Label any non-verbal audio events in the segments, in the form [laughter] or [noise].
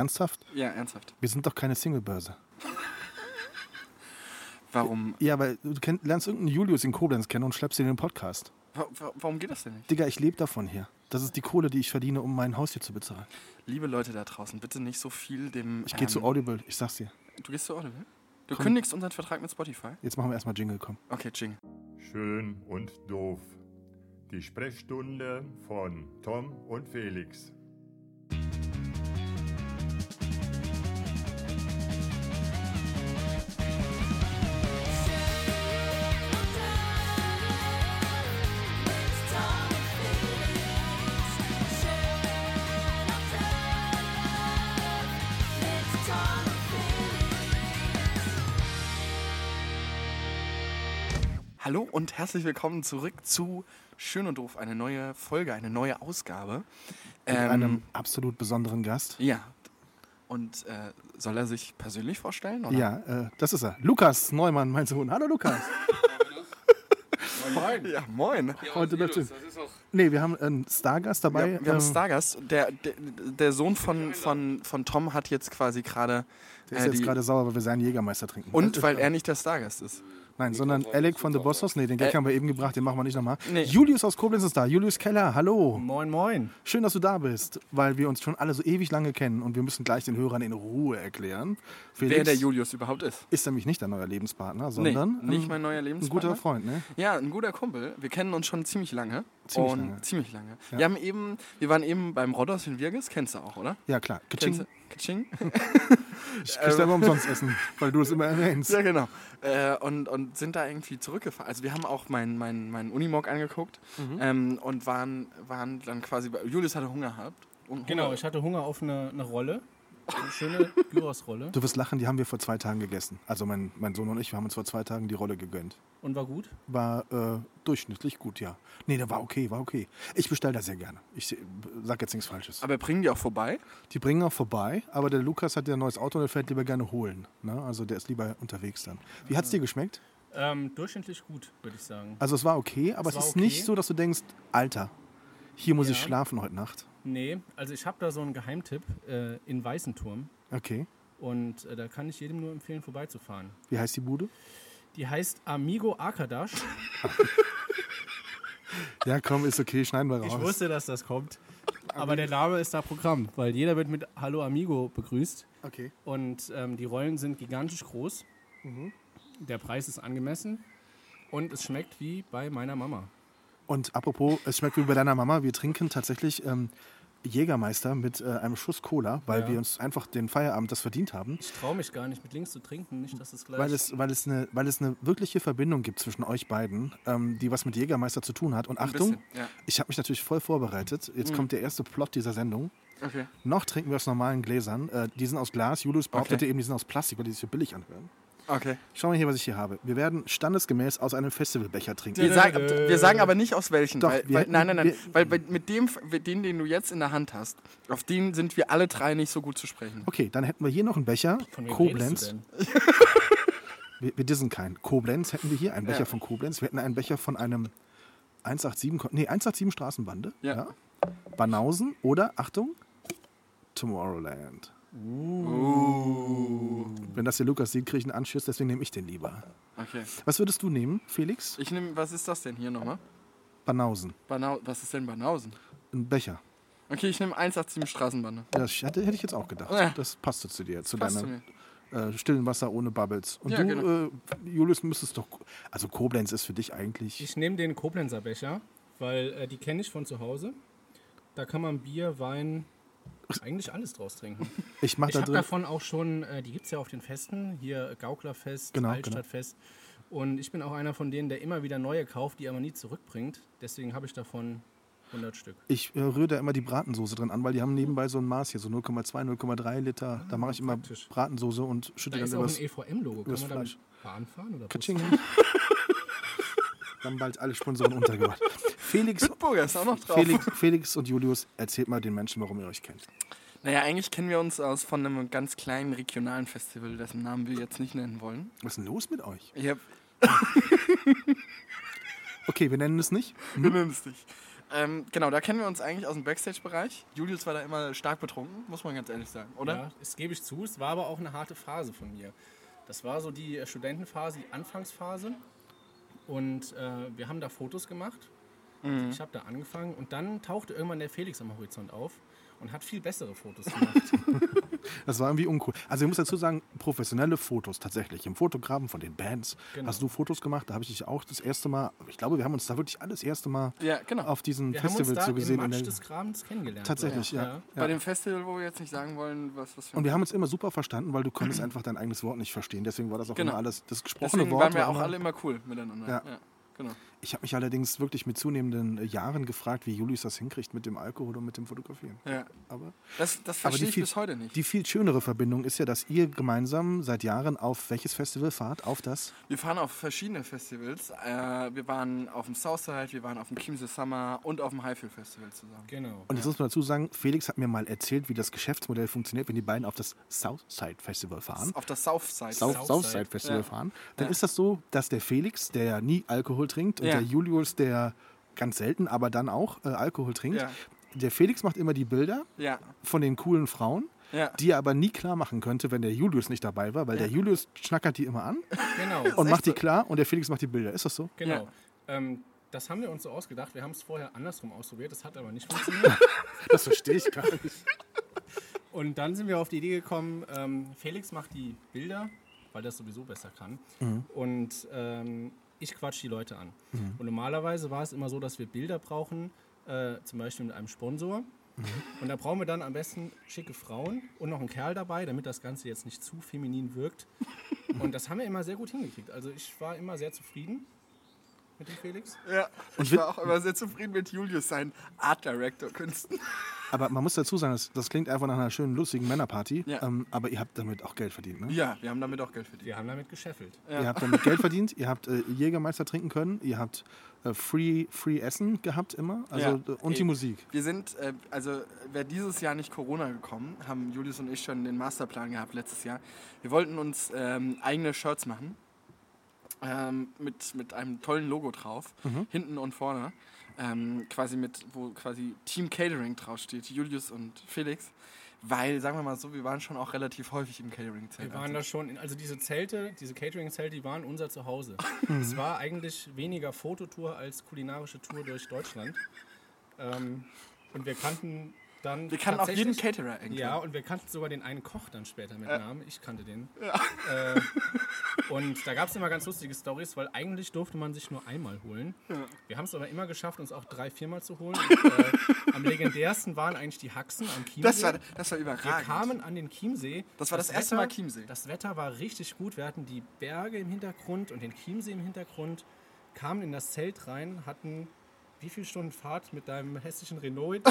Ernsthaft? Ja, ernsthaft. Wir sind doch keine Singlebörse. Warum, Ja, weil du kenn, lernst irgendeinen Julius in Koblenz kennen und schleppst ihn in den Podcast. wa wa warum geht das denn nicht? Digga, ich lebe davon hier. Das ist die Kohle, die ich verdiene, um mein Haus hier zu bezahlen. Liebe Leute da draußen, bitte nicht so viel dem. ähm, Ich gehe zu Audible, ich sag's dir. Du gehst zu Audible? Du Komm. kündigst unseren Vertrag mit Spotify? Jetzt machen wir erstmal Jingle, komm. Okay, Jing. Schön und doof. Die Sprechstunde von Tom und Felix. Hallo und herzlich willkommen zurück zu Schön und Doof, eine neue Folge, eine neue Ausgabe. Ähm, Mit einem absolut besonderen Gast. ja. Und äh, soll er sich persönlich vorstellen? Oder? Ja, äh, das ist er. Lukas Neumann, mein Sohn. Hallo [laughs] Lukas. Moin. Ja, moin. Heute das dazu- ist auch Nee, wir haben einen Stargast dabei. Wir, wir haben einen ähm, Stargast. Der, der, der Sohn von, von, von Tom hat jetzt quasi gerade. Der ist äh, jetzt die- gerade sauer, weil wir seinen Jägermeister trinken. [laughs] Äh, Und weil er nicht der Stargast ist. Nein, sondern Alec von The Bossos. Nee, den Gag Ä- haben wir eben gebracht, den machen wir nicht nochmal. Äh. Nee. Julius aus Koblenz ist da. Julius Keller, hallo. Moin, moin. Schön, dass du da bist, weil wir uns schon alle so ewig lange kennen und wir müssen gleich den Hörern in Ruhe erklären. Felix Wer der Julius überhaupt ist. ist nämlich nicht dein neuer Lebenspartner, Nee, sondern nicht ähm, mein neuer ein Lebenspartner. guter Freund, ne? Ja, ein guter Kumpel. Wir kennen uns schon ziemlich lange. Ziemlich und lange. Ziemlich lange. Ja. Wir, haben eben, wir waren eben beim Rodos in Virgis. Kennst du auch, oder? Ja, klar. Kennst Kitsching, du? Kitsching? ich krieg's aber umsonst essen, weil du es immer erwähnst. [laughs] ja, genau. Äh, und, und sind da irgendwie zurückgefahren. Also wir haben auch meinen mein, mein Unimog angeguckt Mhm. ähm, und waren, waren dann quasi bei... Julius hatte Hunger gehabt. Und Genau, Hunger. ich hatte Hunger auf eine, eine Rolle. Eine schöne Gyros-Rolle. Du wirst lachen, die haben wir vor zwei Tagen gegessen. Also mein, mein Sohn und ich, wir haben uns vor zwei Tagen die Rolle gegönnt. Und war gut. War äh, durchschnittlich gut, ja. Nee, der war okay, war okay. Ich bestelle da sehr gerne. Ich se- sag jetzt nichts Falsches. Aber bringen die auch vorbei? Die bringen auch vorbei, aber der Lukas hat ja ein neues Auto und der fährt lieber gerne holen. Ne? Also der ist lieber unterwegs dann. Wie Äh. hat's dir geschmeckt? Ähm, durchschnittlich gut, würde ich sagen. Also es war okay, aber es, Es war ist okay. nicht so, dass du denkst, Alter, hier muss ich Ja. schlafen heute Nacht. Nee, also ich habe da so einen Geheimtipp äh, in Weißenturm. Okay. Und äh, da kann ich jedem nur empfehlen, vorbeizufahren. Wie heißt die Bude? Die heißt Amigo Akadash. Ja, komm, ist okay, schneiden wir raus. Ich wusste, dass das kommt. Aber der Name ist da Programm, weil jeder wird mit Hallo Amigo begrüßt. Okay. Und ähm, die Rollen sind gigantisch groß. Der Preis ist angemessen. Und es schmeckt wie bei meiner Mama. Und apropos, es schmeckt wie bei deiner Mama. Wir trinken tatsächlich ähm, Jägermeister mit äh, einem Schuss Cola, weil Ja. wir uns einfach den Feierabend das verdient haben. Ich traue mich gar nicht, mit links zu trinken. Nicht, dass es gleich. Weil es, weil, es eine, weil es eine wirkliche Verbindung gibt zwischen euch beiden, ähm, die was mit Jägermeister zu tun hat. Und Achtung, bisschen, ja. ich habe mich natürlich voll vorbereitet. Mhm. Jetzt kommt der erste Plot dieser Sendung. Okay. Noch trinken wir aus normalen Gläsern. Äh, die sind aus Glas. Julius behauptete Okay. eben, die sind aus Plastik, weil die sich so billig anhören. Okay. Schau mal hier, was ich hier habe. Wir werden standesgemäß aus einem Festivalbecher trinken. Wir, sagen, wir sagen aber nicht aus welchen. Doch, weil, wir weil, hätten- nein, nein, nein. wir- weil bei- mit dem, den, den du jetzt in der Hand hast, auf den sind wir alle drei nicht so gut zu sprechen. Okay, dann hätten wir hier noch einen Becher. Von wem redest Koblenz. du denn? Wir, wir dissen keinen. Koblenz hätten wir hier, einen Becher Ja. von Koblenz. Wir hätten einen Becher von einem 187, Ko- nee, 187 Straßenbande. Ja. Banausen oder, Achtung, Tomorrowland. Uh. Wenn das hier Lukas sieht, kriege ich einen Anschiss, deswegen nehme ich den lieber. Okay. Was würdest du nehmen, Felix? Ich nehme, was ist das denn hier nochmal? Banausen. Banau was ist denn Banausen? Ein Becher. Okay, ich nehme 187 Straßenbande. Das hätte, hätte ich jetzt auch gedacht. Ja. Das passte zu dir, zu Passt zu deiner äh, stillen Wasser ohne Bubbles. Und Ja, du, genau. äh, Julius, müsstest doch. Also Koblenz ist für dich eigentlich. Ich nehme den Koblenzer Becher, weil äh, die kenne ich von zu Hause. Da kann man Bier, Wein, eigentlich alles draus trinken. Ich mache Ich da habe drin. davon auch schon, äh, die gibt es ja auf den Festen, hier Gauklerfest, Genau, Altstadtfest. Und ich bin auch einer von denen, der immer wieder neue kauft, die aber nie zurückbringt. Deswegen habe ich davon 100 Stück. Ich äh, rühre da immer die Bratensoße drin an, weil die haben nebenbei so ein Maß hier, so 0,2, 0,3 Liter. Da mache ich immer Ah, praktisch. Bratensoße und schütte Da dann ist auch ein E übers EVM-Logo. Kann übers man damit Fleisch. Bahn fahren? Oder Bus? Katsching. [laughs] Dann bald alle Sponsoren untergebracht. Felix, Bitburger ist auch noch drauf. Felix, Felix und Julius, erzählt mal den Menschen, warum ihr euch kennt. Naja, eigentlich kennen wir uns aus von einem ganz kleinen regionalen Festival, dessen Namen wir jetzt nicht nennen wollen. Was ist denn los mit euch? Ja, Okay, wir nennen es nicht. Hm? wir nennen es nicht. Ähm, genau, da kennen wir uns eigentlich aus dem Backstage-Bereich. Julius war da immer stark betrunken, muss man ganz ehrlich sagen, ne? oder? Ja, das gebe ich zu. Es war aber auch eine harte Phase von mir. Das war so die äh, Studentenphase, die Anfangsphase. Und äh, wir haben da Fotos gemacht. Mhm. Ich habe da angefangen und dann tauchte irgendwann der Felix am Horizont auf und hat viel bessere [laughs] Fotos gemacht. Das war irgendwie uncool. Also ich muss dazu sagen, professionelle Fotos tatsächlich. Im Fotografen von den Bands Genau. hast du Fotos gemacht. Da habe ich dich auch das erste Mal, ich glaube, wir haben uns da wirklich alles erste Mal Ja, genau. auf diesem Wir haben uns Festival da so gesehen. im in Matsch der- des Grabens kennengelernt. tatsächlich, ja. ja. Bei dem Festival, wo wir jetzt nicht sagen wollen, was, was für Und wir haben uns immer super verstanden, weil du konntest einfach dein eigenes Wort nicht verstehen. Deswegen war das auch Genau. immer alles das gesprochene Deswegen Wort. waren wir war auch immer- alle immer cool miteinander. Ja. genau. Ich habe mich allerdings wirklich mit zunehmenden äh, Jahren gefragt, wie Julius das hinkriegt mit dem Alkohol und mit dem Fotografieren. Ja. Aber Das, das Aber die verstehe ich viel- bis heute nicht. die viel schönere Verbindung ist ja, dass ihr gemeinsam seit Jahren auf welches Festival fahrt? Auf das? Wir fahren auf verschiedene Festivals. Äh, wir waren auf dem Southside, wir waren auf dem Kimse Summer und auf dem Highfield Festival zusammen. Genau. Und jetzt muss man dazu sagen, Felix hat mir mal erzählt, wie das Geschäftsmodell funktioniert, wenn die beiden auf das Southside Festival fahren. Auf das Southside. South, Southside. Southside Festival Ja. fahren, dann Ja. ist das so, dass der Felix, der ja nie Alkohol trinkt, und Ja. der Julius, der ganz selten, aber dann auch äh, Alkohol trinkt, Ja. der Felix macht immer die Bilder Ja. von den coolen Frauen, Ja. die er aber nie klar machen könnte, wenn der Julius nicht dabei war, weil der Julius schnackert die immer an Genau. und macht die so. klar und der Felix macht die Bilder. Ist das so? genau. Ähm, das haben wir uns so ausgedacht. Wir haben es vorher andersrum ausprobiert. Das hat aber nicht funktioniert. Das verstehe ich gar nicht. Und dann sind wir auf die Idee gekommen, ähm, Felix macht die Bilder, weil das sowieso besser kann. Und ähm, ich quatsch die Leute an. Und normalerweise war es immer so, dass wir Bilder brauchen, äh, zum Beispiel mit einem Sponsor. Und da brauchen wir dann am besten schicke Frauen und noch einen Kerl dabei, damit das Ganze jetzt nicht zu feminin wirkt. Und das haben wir immer sehr gut hingekriegt. Also ich war immer sehr zufrieden mit dem Felix. Ja. Ich wir- war auch immer sehr zufrieden mit Julius, seinen Art Director-Künsten. Aber man muss dazu sagen, das, das klingt einfach nach einer schönen, lustigen Männerparty, Ja. ähm, aber ihr habt damit auch Geld verdient, ne? Ja, wir haben damit auch Geld verdient. Wir haben damit gescheffelt. Ihr habt damit Geld verdient, ihr habt äh, Jägermeister trinken können, ihr habt äh, free, free Essen gehabt immer also, Ja. äh, und die Ey. Musik. Wir sind, äh, also wäre dieses Jahr nicht Corona gekommen, haben Julius und ich schon den Masterplan gehabt letztes Jahr. Wir wollten uns ähm, eigene Shirts machen. Ähm, mit, mit einem tollen Logo drauf, hinten und vorne. Ähm, quasi mit, wo quasi Team Catering draufsteht, Julius und Felix. Weil, sagen wir mal so, wir waren schon auch relativ häufig im Catering-Zelt. Wir waren da schon, in, also diese Zelte, diese Catering-Zelte, die waren [laughs] unser Zuhause. Mhm. es war eigentlich weniger Fototour als kulinarische Tour durch Deutschland. Ähm, und wir kannten dann. wir kannten auch jeden tatsächlich- Caterer irgendwie. Ja, und wir kannten sogar den einen Koch dann später mit Namen. Ich kannte den. Äh, und da gab es immer ganz lustige Stories, weil eigentlich durfte man sich nur einmal holen. Wir haben es aber immer geschafft, uns auch drei, viermal zu [laughs] holen. Und, äh, am legendärsten waren eigentlich die Haxen am Kino. Das war, das war Wir überragend. kamen an den Chiemsee. Das war das erste Mal Chiemsee. Das Wetter war richtig gut. Wir hatten die Berge im Hintergrund und den Chiemsee im Hintergrund. Kamen in das Zelt rein, hatten wie viele Stunden Fahrt mit deinem [laughs] hässlichen Renault?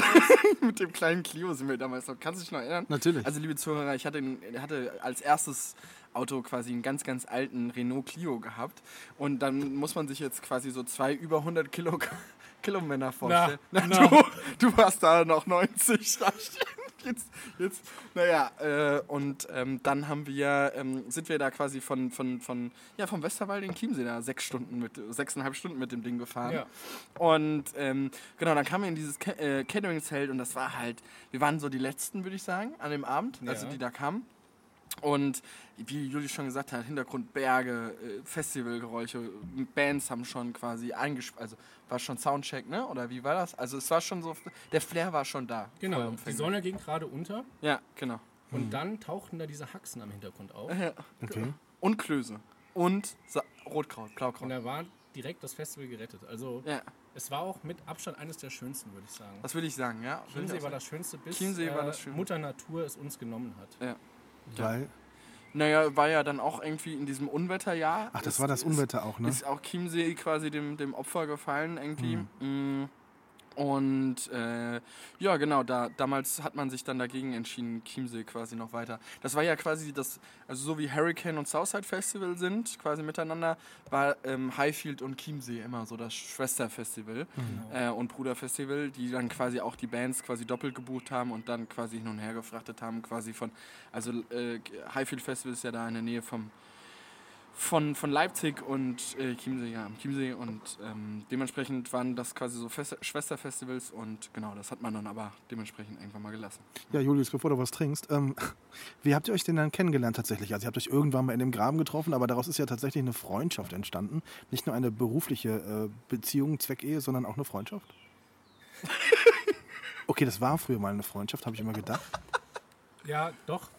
Mit dem kleinen Clio sind wir damals noch. Kannst du dich noch erinnern? Natürlich. Also, liebe Zuhörer, ich hatte, einen- hatte als erstes Auto quasi einen ganz, ganz alten Renault Clio gehabt. Und dann muss man sich jetzt quasi so zwei über 100 Kilo, [laughs] Kilomänner vorstellen. [laughs] Na, Na, na. Du, du warst da noch [laughs] 90. da steht Jetzt, jetzt, naja, äh, und ähm, dann haben wir, ähm, sind wir da quasi von, von, von ja, vom Westerwald in Chiemsee da sechs Stunden mit, sechseinhalb Stunden mit dem Ding gefahren. Ja. Und ähm, genau, dann kamen wir in dieses Ca- äh, Catering-Zelt und das war halt, wir waren so die Letzten, würde ich sagen, an dem Abend, also Ja. die da kamen. Und wie Juli schon gesagt hat, Hintergrund Berge, äh, Festivalgeräusche, Bands haben schon quasi eingespielt, also war schon Soundcheck, ne? Oder wie war das? Also es war schon so, der Flair war schon da. Genau. Die Vollumfänglich. Sonne ging gerade unter Ja, genau. [laughs] und dann tauchten da diese Haxen am Hintergrund [laughs] auf. Okay. Und Klöße. Und Sa Rotkraut, Und Blaukraut. da war direkt das Festival gerettet. Also Ja, es war auch mit Abstand eines der schönsten, würde ich sagen. das würde ich sagen, ja. Würd ich Chiemsee auch war sagen. das schönste, bis Chiemsee war das äh, Schönste. Mutter Natur es uns genommen [laughs] hat. Weil, Naja, war ja dann auch irgendwie in diesem Unwetterjahr. ach, das Ist- war das ist- Unwetter auch, ne? Ist auch Chiemsee quasi dem, dem Opfer gefallen irgendwie. Hm. Mm. Und äh, ja, genau, da, damals hat man sich dann dagegen entschieden, Chiemsee quasi noch weiter. Das war ja quasi das, also so wie Hurricane und Southside Festival sind, quasi miteinander, war ähm, Highfield und Chiemsee immer so das Schwesterfestival Genau. äh, und Bruderfestival, die dann quasi auch die Bands quasi doppelt gebucht haben und dann quasi hin und her gefrachtet haben, quasi von, also äh, Highfield Festival ist ja da in der Nähe vom von, von Leipzig und äh, Chiemsee, ja, am Chiemsee und ähm, dementsprechend waren das quasi so Fes Schwesterfestivals und genau, das hat man dann aber dementsprechend irgendwann mal gelassen. Ja, Julius, bevor du was trinkst, ähm, [laughs] wie habt ihr euch denn dann kennengelernt tatsächlich? Also ihr habt euch irgendwann mal in dem Graben getroffen, aber daraus ist ja tatsächlich eine Freundschaft entstanden. Nicht nur eine berufliche äh, Beziehung, Zweckehe, sondern auch eine Freundschaft. Okay, das war früher mal eine Freundschaft, habe ich immer gedacht. Ja, [laughs] doch.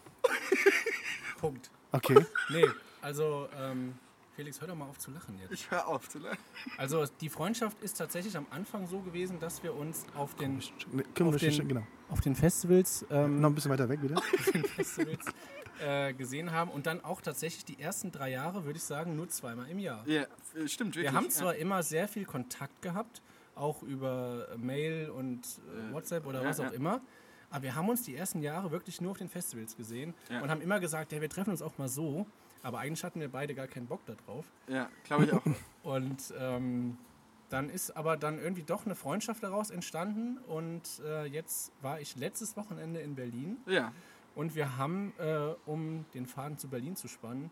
Punkt. Okay. Nee, also ähm, Felix, hör doch mal auf zu lachen jetzt. Ich höre auf zu lachen. Also die Freundschaft ist tatsächlich am Anfang so gewesen, dass wir uns auf den, Nee, Können wir Auf den, den- genau. auf den Festivals, ähm, [laughs] Noch ein bisschen weiter weg wieder. auf den Festivals äh, gesehen haben und dann auch tatsächlich die ersten drei Jahre, würde ich sagen, nur zweimal im Jahr. Ja, äh, stimmt, wirklich. Wir haben ja. zwar immer sehr viel Kontakt gehabt, auch über Mail und äh, WhatsApp oder ja, was auch ja. immer, aber wir haben uns die ersten Jahre wirklich nur auf den Festivals gesehen Ja. und haben immer gesagt, ja, wir treffen uns auch mal so, aber eigentlich hatten wir beide gar keinen Bock darauf. Ja, glaube [laughs] ich auch. Und ähm, dann ist aber dann irgendwie doch eine Freundschaft daraus entstanden und äh, jetzt war ich letztes Wochenende in Berlin ja. und wir haben, äh, um den Faden zu Berlin zu spannen,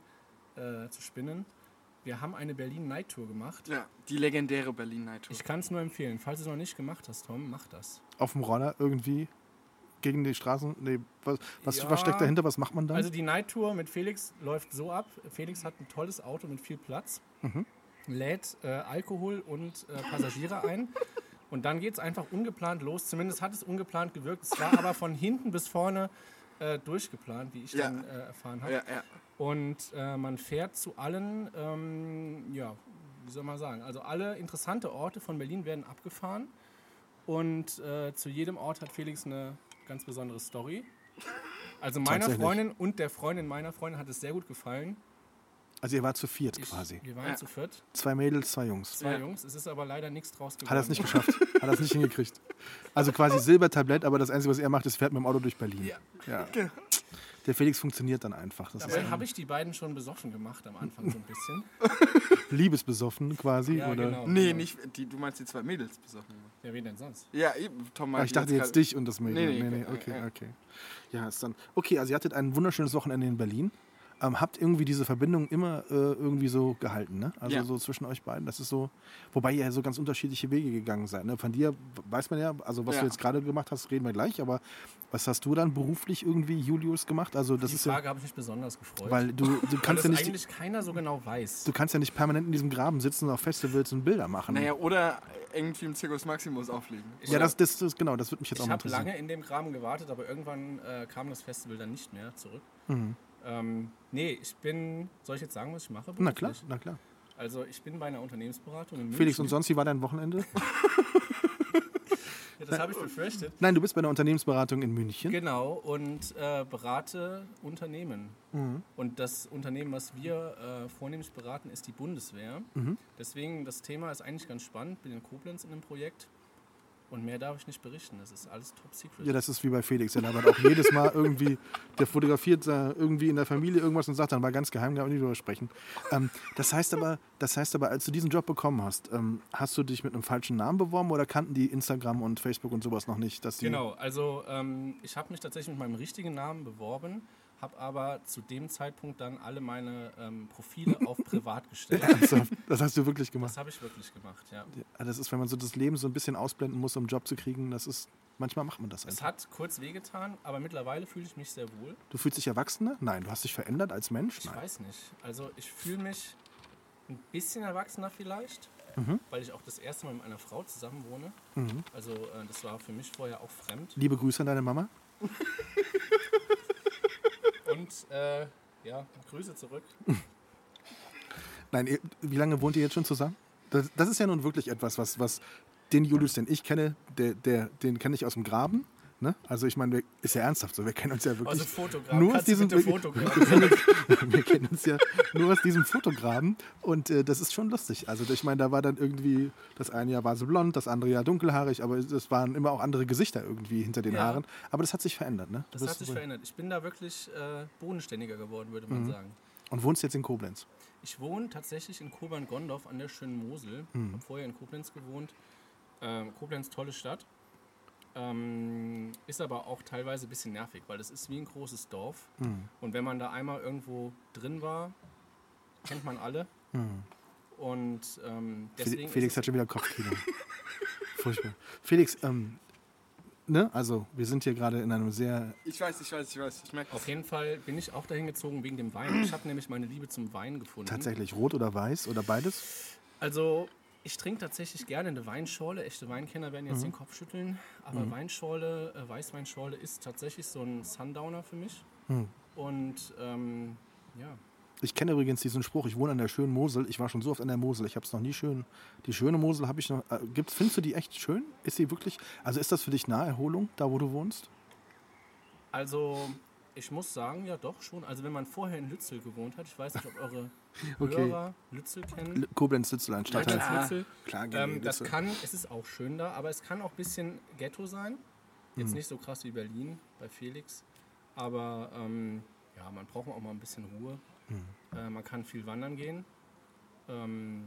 äh, zu spinnen, wir haben eine Berlin Night Tour gemacht. Ja, die legendäre Berlin Night Tour. Ich kann es nur empfehlen. Falls du es noch nicht gemacht hast, Tom, mach das. Auf dem Roller irgendwie gegen die Straßen. Nee, was, was, Ja. was steckt dahinter? Was macht man dann? Also die Night Tour mit Felix läuft so ab. Felix hat ein tolles Auto mit viel Platz, lädt äh, Alkohol und äh, Passagiere ein. Und dann geht es einfach ungeplant los. Zumindest hat es ungeplant gewirkt. Es war aber von hinten bis vorne äh, durchgeplant, wie ich Ja. dann äh, erfahren habe. ja, ja. Und äh, man fährt zu allen, ähm, ja, wie soll man sagen, also alle interessante Orte von Berlin werden abgefahren. Und äh, zu jedem Ort hat Felix eine ganz besondere Story. Also meiner Tatsächlich. Freundin und der Freundin meiner Freundin hat es sehr gut gefallen. also ihr wart zu viert Ich, quasi. Wir waren Ja. zu viert, Zwei Mädels, zwei Jungs. zwei Ja. Jungs. Es ist aber leider nichts draus geworden. Hat er es nicht geschafft. Hat er es nicht hingekriegt. Also quasi Silbertablett, aber das Einzige, was er macht, ist fährt mit dem Auto durch Berlin. Ja. Ja. Der Felix funktioniert dann einfach. Das Dabei ist habe ich die beiden schon besoffen gemacht am Anfang so ein bisschen. liebesbesoffen quasi. Ja, oder? genau. Nee, nicht die, du meinst die zwei Mädels besoffen. Ja, wen denn sonst? Ja, eben, Tom Ah, meinte ich dachte jetzt gerade- dich und das Mädchen. Nee, Nee, nee, nee, okay, okay, ja. okay. Ja, ist dann. Okay, also ihr hattet ein wunderschönes Wochenende in Berlin. Ähm, habt irgendwie diese Verbindung immer äh, irgendwie so gehalten, ne? Also Ja. so zwischen euch beiden. Das ist so, wobei ihr ja so ganz unterschiedliche Wege gegangen seid. Ne? Von dir weiß man ja, also was Ja. du jetzt gerade gemacht hast, reden wir gleich, aber was hast du dann beruflich irgendwie, Julius, gemacht? Also das Die ist Frage habe ich mich besonders gefreut. ja, weil du, du weil kannst ja das nicht, eigentlich keiner so genau weiß. du kannst ja nicht permanent in diesem Graben sitzen und auf Festivals und Bilder machen. Naja, oder irgendwie im Zirkus Maximus auflegen. ja, das, das, das genau, das würde mich jetzt auch Ich mal habe interessieren. lange in dem Kram gewartet, aber irgendwann äh, kam das Festival dann nicht mehr zurück. Mhm. Ähm, nee, ich bin, soll ich jetzt sagen, was ich mache? Na klar, beruflich? na klar. Also ich bin bei einer Unternehmensberatung in München. Felix und sonst, wie war dein Wochenende? Ja, das habe ich befürchtet. Nein, du bist bei einer Unternehmensberatung in München. Genau, und äh, berate Unternehmen. Und das Unternehmen, was wir äh, vornehmlich beraten, ist die Bundeswehr. Mhm. Deswegen, das Thema ist eigentlich ganz spannend. Bin in Koblenz in dem Projekt. Und mehr darf ich nicht berichten. Das ist alles top secret. Ja, das ist wie bei Felix. Der labert auch jedes Mal irgendwie, der fotografiert da irgendwie in der Familie irgendwas und sagt dann mal ganz geheim, da nicht drüber sprechen. Ähm, das, heißt aber, das heißt aber, als du diesen Job bekommen hast, ähm, hast du dich mit einem falschen Namen beworben oder kannten die Instagram und Facebook und sowas noch nicht? Dass die, Genau, also ähm, ich habe mich tatsächlich mit meinem richtigen Namen beworben, habe aber zu dem Zeitpunkt dann alle meine ähm, Profile [laughs] auf privat gestellt. Ernsthaft? Das hast du wirklich Das gemacht. habe ich wirklich gemacht, ja. Ja, Das ist, wenn man so das Leben so ein bisschen ausblenden muss, um einen Job zu kriegen, das ist, manchmal macht man das Es einfach. hat kurz wehgetan, aber mittlerweile fühle ich mich sehr wohl. Du fühlst dich erwachsener? Nein. Du hast dich verändert als Mensch? Ich Nein. weiß nicht. Also ich fühle mich ein bisschen erwachsener vielleicht, Mhm. weil ich auch das erste Mal mit einer Frau zusammen wohne. Also äh, das war für mich vorher auch fremd. Liebe Grüße an deine Mama. Und äh, ja, Grüße zurück. Nein, ihr, wie lange wohnt ihr jetzt schon zusammen? Das, das ist ja nun wirklich etwas, was, was den Julius, den ich kenne, der, der, den kenne ich aus dem Graben. Ne? Also ich meine, wir- ist ja ernsthaft so, wir kennen uns ja wirklich Also Fotogramm. nur aus Kannst du diesem bitte wir, Fotogramm. wir, kennen uns, wir kennen uns ja nur aus diesem Fotograben und äh, das ist schon lustig. Also ich meine, da war dann irgendwie, das eine Jahr war sie blond, das andere Jahr dunkelhaarig, aber es- es waren immer auch andere Gesichter irgendwie hinter den Ja. Haaren. Aber das hat sich verändert, ne? Du Das hat bist sich wohl- verändert. Ich bin da wirklich äh, bodenständiger geworden, würde Mhm. man sagen. Und wohnst jetzt in Koblenz. Ich wohne tatsächlich in Kobern-Gondorf an der schönen Mosel. Mhm. habe vorher in Koblenz gewohnt. Ähm, Koblenz, tolle Stadt. Ähm, ist aber auch teilweise ein bisschen Hm. nervig, weil das ist wie ein großes Dorf. Und wenn man da einmal irgendwo drin war, kennt man alle. Hm. Und ähm, deswegen. Felix, Felix hat schon wieder Kopfkino. [laughs] Furchtbar. Felix, ähm, ne? Also, wir sind hier gerade in einem Mhm. sehr. Ich weiß, ich weiß, ich weiß. Ich merke Auf jeden Fall bin ich auch dahin gezogen wegen dem Wein. Ich habe nämlich meine Liebe zum Wein gefunden. Tatsächlich rot oder weiß oder beides? Also, ich trinke tatsächlich gerne eine Weinschorle. Echte Weinkenner werden jetzt Mhm. den Kopf schütteln. Aber Weinschorle, äh, Weißweinschorle ist tatsächlich so ein Sundowner für mich. Mhm. Und ähm, ja, Ich kenne übrigens diesen Spruch, ich wohne an der schönen Mosel. Ich war schon so oft an der Mosel, ich habe es noch nie schön. Die schöne Mosel habe ich noch. Äh, gibt's, findest du die echt schön? Ist sie wirklich. Also, ist das für dich Naherholung, da wo du wohnst? also ich muss sagen, ja doch schon. Also, wenn man vorher in Lützel gewohnt hat, ich weiß nicht, ob eure [laughs] Okay. Hörer Lützel kennen. L- Koblenz-Lützelein, Stadtteil. Ja, Als Lützel. Klar, gegen Ähm, das Lützel. kann, es ist auch schön da, aber es kann auch ein bisschen Ghetto sein. Hm. Jetzt nicht so krass wie Berlin bei Felix, aber ähm, ja, man braucht auch mal ein bisschen Ruhe. Hm. Äh, man kann viel wandern gehen, ähm,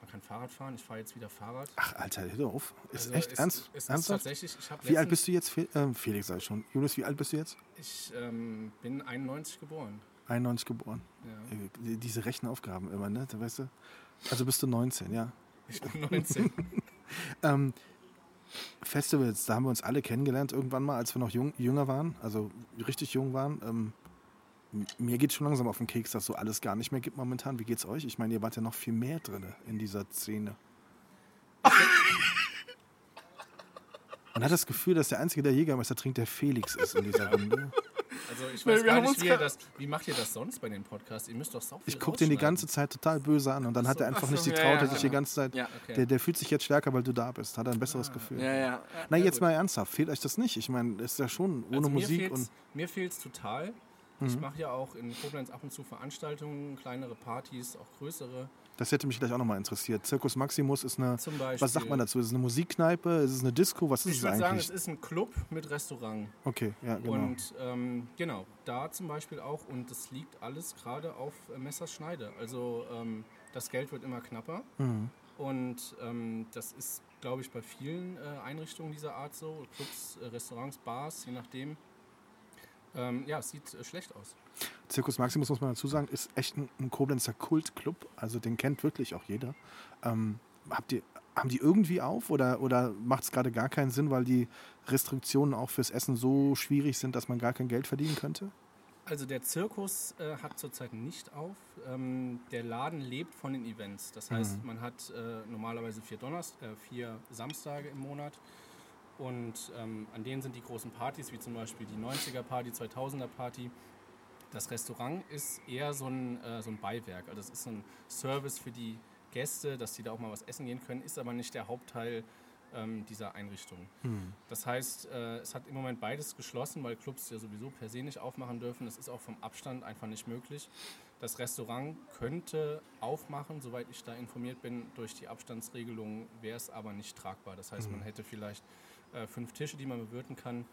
man kann Fahrrad fahren. Ich fahre jetzt wieder Fahrrad. Ach, Alter, hör auf. Ist Also echt es, ernst? Es ist ernsthaft? tatsächlich, ich habe Wie alt bist du jetzt? Fe ähm, Felix sei schon. Jonas, wie alt bist du jetzt? Ich ähm, bin 91 geboren. 91 geboren. [laughs] Ja. Äh, die- Diese Rechenaufgaben immer, ne? Da weißt du. Also bist du 19, ja. Ich bin 19. Ähm, Festivals, da haben wir uns alle kennengelernt irgendwann mal, als wir noch jung, jünger waren, also richtig jung waren. Ähm, m- mir geht schon langsam auf den Keks, dass so alles gar nicht mehr gibt momentan. Wie geht's euch? Ich meine, ihr wart ja noch viel mehr drin in dieser Szene. Man hat das Gefühl, dass der Einzige, der Jägermeister trinkt, der Felix ist in dieser Runde. Also ich Nee, weiß wir gar haben nicht, uns wie, ihr ge- das, wie macht ihr das sonst bei den Podcasts? Ihr müsst doch sau viel Ich guck den die Äh, rausschneiden. ganze Zeit total böse an und dann hat er einfach so, nicht die ja, Traute, ja, sich ja. die ganze Zeit. Ja, genau. okay. Ah, Der, der fühlt sich jetzt stärker, weil du da bist. Hat er ein besseres Gefühl. Ja, ja. Na, Ja, jetzt gut. mal ernsthaft, fehlt euch das nicht? Ich meine, ist ja schon ohne Also mir Musik fehlt's, und. Mhm. Mir fehlt es total. Ich mache ja auch in Koblenz ab und zu Veranstaltungen, kleinere Partys, auch größere. Das hätte mich gleich auch nochmal interessiert. Zirkus Maximus ist eine. Zum Beispiel. Was sagt man dazu? Ist es eine Musikkneipe? Ist es eine Disco? Was ist Ich es würde eigentlich? sagen, es ist ein Club mit Restaurant. okay, ja, genau. Und ähm, genau, da zum Beispiel auch. Und das liegt alles gerade auf äh, Messerschneide. Also ähm, das Geld wird immer knapper. Mhm. Und ähm, das ist, glaube ich, bei vielen äh, Einrichtungen dieser Art so. Clubs, äh, Restaurants, Bars, je nachdem. Ähm, ja, es sieht äh, schlecht aus. Zirkus Maximus, muss man dazu sagen, ist echt ein, ein Koblenzer Kultclub. Also den kennt wirklich auch jeder. Ähm, habt ihr, haben die irgendwie auf oder, oder macht es gerade gar keinen Sinn, weil die Restriktionen auch fürs Essen so schwierig sind, dass man gar kein Geld verdienen könnte? Also der Zirkus äh, hat zurzeit nicht auf. Ähm, der Laden lebt von den Events. Das heißt, man hat äh, normalerweise vier, Donnerst äh, vier Samstage im Monat. Und ähm, an denen sind die großen Partys, wie zum Beispiel die 90er-Party, 2000er-Party. Das Restaurant ist eher so ein, äh, so ein Beiwerk. Also es ist so ein Service für die Gäste, dass die da auch mal was essen gehen können, ist aber nicht der Hauptteil ähm, dieser Einrichtung. Das heißt, äh, es hat im Moment beides geschlossen, weil Clubs ja sowieso per se nicht aufmachen dürfen. Das ist auch vom Abstand einfach nicht möglich. Das Restaurant könnte aufmachen, soweit ich da informiert bin. Durch die Abstandsregelung wäre es aber nicht tragbar. Das heißt, man hätte vielleicht äh, fünf Tische, die man bewirten kann.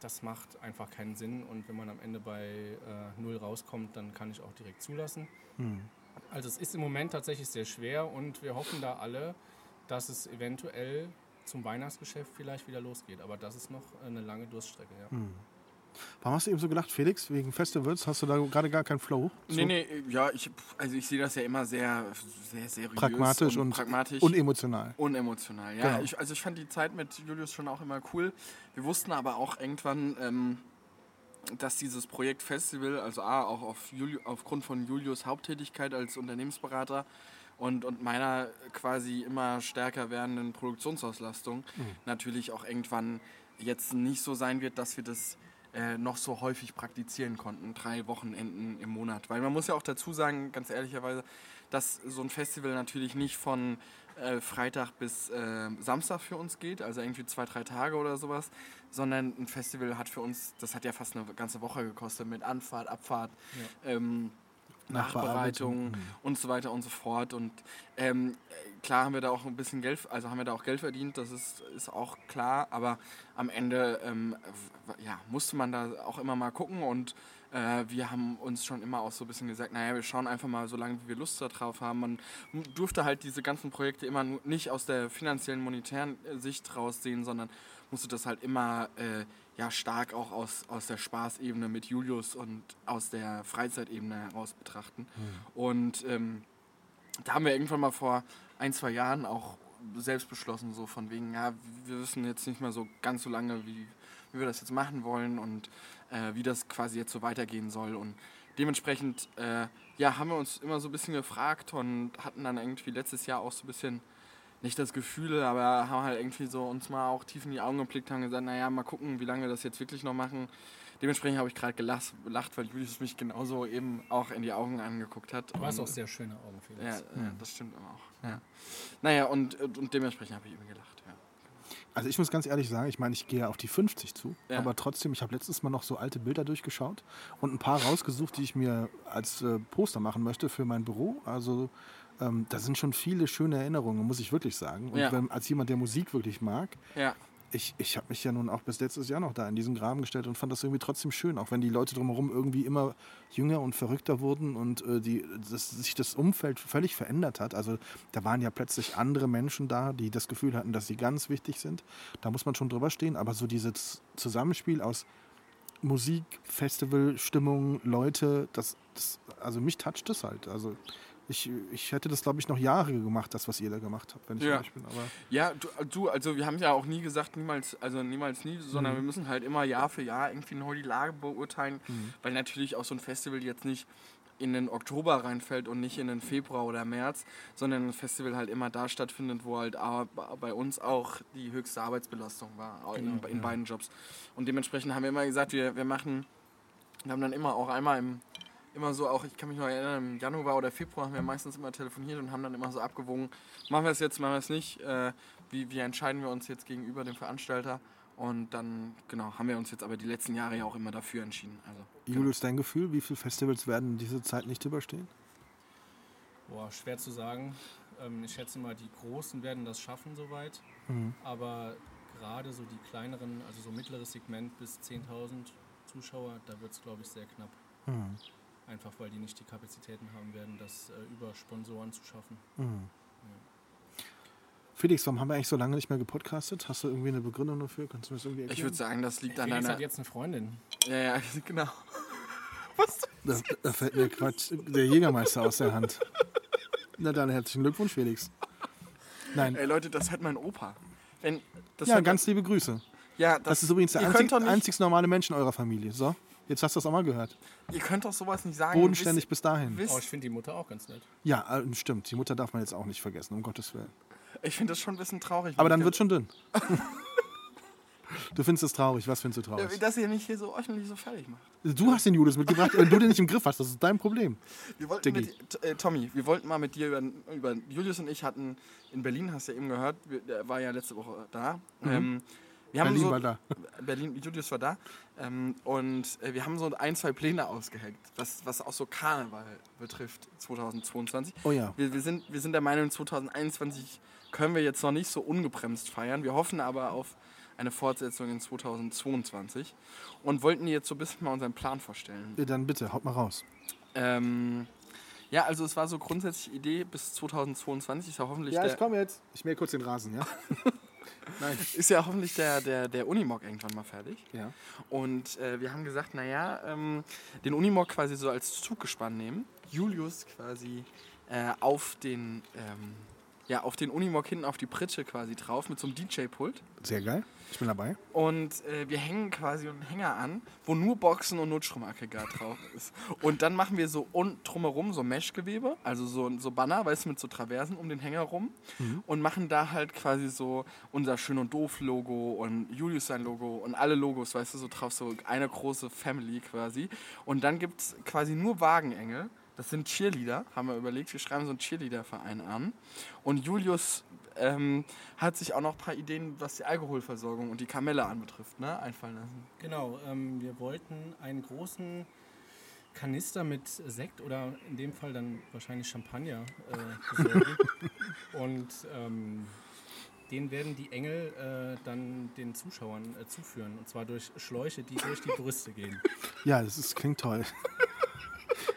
Das macht einfach keinen Sinn. Und wenn man am Ende bei äh, null rauskommt, dann kann ich auch direkt zulassen. Also es ist im Moment tatsächlich sehr schwer und wir hoffen da alle, dass es eventuell zum Weihnachtsgeschäft vielleicht wieder losgeht. Aber das ist noch eine lange Durststrecke. Ja. Warum hast du eben so gelacht, Felix? Wegen Festivals hast du da gerade gar keinen Flow? zu? Nee, nee, ja, ich, also ich sehe das ja immer sehr, sehr seriös. Pragmatisch und, pragmatisch. und emotional. Unemotional, ja. Genau. Ich, also ich fand die Zeit mit Julius schon auch immer cool. Wir wussten aber auch irgendwann, ähm, dass dieses Projekt Festival, also A, auch auf Juli, aufgrund von Julius Haupttätigkeit als Unternehmensberater und, und meiner quasi immer stärker werdenden Produktionsauslastung natürlich auch irgendwann jetzt nicht so sein wird, dass wir das äh, noch so häufig praktizieren konnten, drei Wochenenden im Monat. Weil man muss ja auch dazu sagen, ganz ehrlicherweise, dass so ein Festival natürlich nicht von äh, Freitag bis äh, Samstag für uns geht, also irgendwie zwei, drei Tage oder sowas, sondern ein Festival hat für uns, das hat ja fast eine ganze Woche gekostet mit Anfahrt, Abfahrt, ähm, Nachbearbeitung. Nachbereitung und so weiter und so fort. Und ähm, äh, klar haben wir da auch ein bisschen Geld, also haben wir da auch Geld verdient, das ist, ist auch klar, aber am Ende ähm, w- ja, musste man da auch immer mal gucken und äh, wir haben uns schon immer auch so ein bisschen gesagt, naja, wir schauen einfach mal so lange, wie wir Lust darauf haben. Man durfte halt diese ganzen Projekte immer nu- nicht aus der finanziellen, monetären äh, Sicht raussehen, sondern musste das halt immer äh, ja stark auch aus, aus der Spaßebene mit Julius und aus der Freizeitebene heraus betrachten. Und ähm, da haben wir irgendwann mal vor ein, zwei Jahren auch selbst beschlossen, so von wegen, ja, wir wissen jetzt nicht mehr so ganz so lange, wie, wie wir das jetzt machen wollen und äh, wie das quasi jetzt so weitergehen soll. Und dementsprechend, äh, ja, haben wir uns immer so ein bisschen gefragt und hatten dann irgendwie letztes Jahr auch so ein bisschen, nicht das Gefühl, aber haben halt irgendwie so uns mal auch tief in die Augen geblickt, haben gesagt, naja, mal gucken, wie lange wir das jetzt wirklich noch machen. Dementsprechend habe ich gerade gelacht, gelacht, weil Julius mich genauso eben auch in die Augen angeguckt hat. Du hast Und- auch sehr schöne Augen, ja, Felix. ja, das stimmt aber auch. Ja. Naja, und, äh, und dementsprechend habe ich eben gelacht. Ja. Also ich muss ganz ehrlich sagen, ich meine, ich gehe ja auf die 50 zu, Ja. aber trotzdem, ich habe letztes Mal noch so alte Bilder durchgeschaut und ein paar rausgesucht, die ich mir als äh, Poster machen möchte für mein Büro. Also ähm, da sind schon viele schöne Erinnerungen, muss ich wirklich sagen. Und Ja. wenn, als jemand, der Musik wirklich mag, Ja, ich, ich habe mich ja nun auch bis letztes Jahr noch da in diesen Graben gestellt und fand das irgendwie trotzdem schön, auch wenn die Leute drumherum irgendwie immer jünger und verrückter wurden und äh, die, das, sich das Umfeld völlig verändert hat. Also da waren ja plötzlich andere Menschen da, die das Gefühl hatten, dass sie ganz wichtig sind. Da muss man schon drüber stehen, aber so dieses Zusammenspiel aus Musik, Festival, Stimmung, Leute, das, das also mich toucht das halt. Also ich, ich hätte das, glaube ich, noch Jahre gemacht, das, was ihr da gemacht habt, wenn ich Ja. ehrlich bin. Aber ja du, du, also wir haben ja auch nie gesagt, niemals, also niemals nie, sondern wir müssen halt immer Jahr für Jahr irgendwie neu die Lage beurteilen, weil natürlich auch so ein Festival jetzt nicht in den Oktober reinfällt und nicht in den Februar oder März, sondern ein Festival halt immer da stattfindet, wo halt a- bei uns auch die höchste Arbeitsbelastung war, auch in, in beiden Jobs. Und dementsprechend haben wir immer gesagt, wir, wir machen, wir haben dann immer auch einmal im, immer so auch, ich kann mich noch erinnern, im Januar oder Februar haben wir meistens immer telefoniert und haben dann immer so abgewogen, machen wir es jetzt, machen wir es nicht, äh, wie, wie entscheiden wir uns jetzt gegenüber dem Veranstalter und dann, genau, haben wir uns jetzt aber die letzten Jahre ja auch immer dafür entschieden. Also, genau. Julius, dein Gefühl, wie viele Festivals werden diese Zeit nicht überstehen? Boah, schwer zu sagen. Ähm, ich schätze mal, die Großen werden das schaffen soweit. Aber gerade so die kleineren, also so mittleres Segment bis 10.000 Zuschauer, da wird es, glaube ich, sehr knapp. Einfach weil die nicht die Kapazitäten haben werden, das äh, über Sponsoren zu schaffen. Felix, warum haben wir eigentlich so lange nicht mehr gepodcastet? Hast du irgendwie eine Begründung dafür? Kannst du mir das irgendwie Ich erklären? würde sagen, das liegt an Felix deiner... hat jetzt eine Freundin. Ja, ja, [laughs] genau. da, da fällt mir Quatsch, der Jägermeister aus der Hand. Na dann, herzlichen Glückwunsch, Felix. Nein, Ey, Leute, das hat mein Opa. Wenn, das ja, hat- ganz liebe Grüße. Ja, das, Das ist übrigens der ihr einzig, könnt doch nicht, einzigst normale Mensch in eurer Familie. So, jetzt hast du das auch mal gehört. Ihr könnt doch sowas nicht sagen. Bodenständig bis dahin. Äh, Wisst, Oh, wisst, ich finde die Mutter auch ganz nett. Ja, äh, stimmt. Die Mutter darf man jetzt auch nicht vergessen, um Gottes Willen. ich finde das schon ein bisschen traurig. Aber wenn dann ich wird schon dünn. [laughs] Du findest es traurig. Was findest du jetzt- traurig? Dass ihr mich hier so öffentlich so fertig macht. Du hast den Judas mitgebracht. Wenn du den nicht im Griff hast, das ist dein Problem. Wir wollten Diggi. mit, T- äh, Tommy, wir wollten mal mit dir über, über Julius und ich hatten in Berlin, hast du ja eben gehört, wir, der war ja letzte Woche da. Ähm, wir Mhm. haben Berlin so, war da. Berlin, Julius war da. Ähm, und äh, wir haben so ein, zwei Pläne ausgeheckt, was, was auch so Karneval betrifft 2022. Oh ja. Wir, wir, sind, wir sind der Meinung, 2021 können wir jetzt noch nicht so ungebremst feiern. Wir hoffen aber auf eine Fortsetzung in 2022 und wollten dir jetzt so ein bisschen mal unseren Plan vorstellen. Ja, Dann bitte, haut mal raus. Ähm, ja, also es war so grundsätzlich die Idee bis 2022 ist ja hoffentlich der, komme jetzt. Ich mähe kurz den Rasen, ja? Nein. [laughs] ist ja hoffentlich der, der, der Unimog irgendwann mal fertig. Ja. Und äh, wir haben gesagt, naja, ähm, den Unimog quasi so als Zuggespann nehmen. Julius quasi äh, auf den ähm, ja, auf den Unimog hinten auf die Pritsche quasi drauf mit so einem DJ-Pult. Sehr geil. Ich bin dabei. Und äh, wir hängen quasi einen Hänger an, wo nur Boxen und Notstromaggregat drauf ist. Und dann machen wir so un drumherum so Meshgewebe, also so, so Banner, weißt du, mit so Traversen um den Hänger rum. Und machen da halt quasi so unser Schön und Doof-Logo und Julius sein Logo und alle Logos, weißt du, so drauf, so eine große Family quasi. Und dann gibt es quasi nur Wagenengel. Das sind Cheerleader, haben wir überlegt. Wir schreiben so einen Cheerleader-Verein an. Und Julius ähm, hat sich auch noch ein paar Ideen, was die Alkoholversorgung und die Kamelle anbetrifft, ne? einfallen lassen. Genau, ähm, wir wollten einen großen Kanister mit Sekt oder in dem Fall dann wahrscheinlich Champagner [laughs] äh, besorgen. Und ähm, den werden die Engel äh, dann den Zuschauern äh, zuführen. Und zwar durch Schläuche, die durch die Brüste gehen. Ja, das ist, klingt toll. [laughs]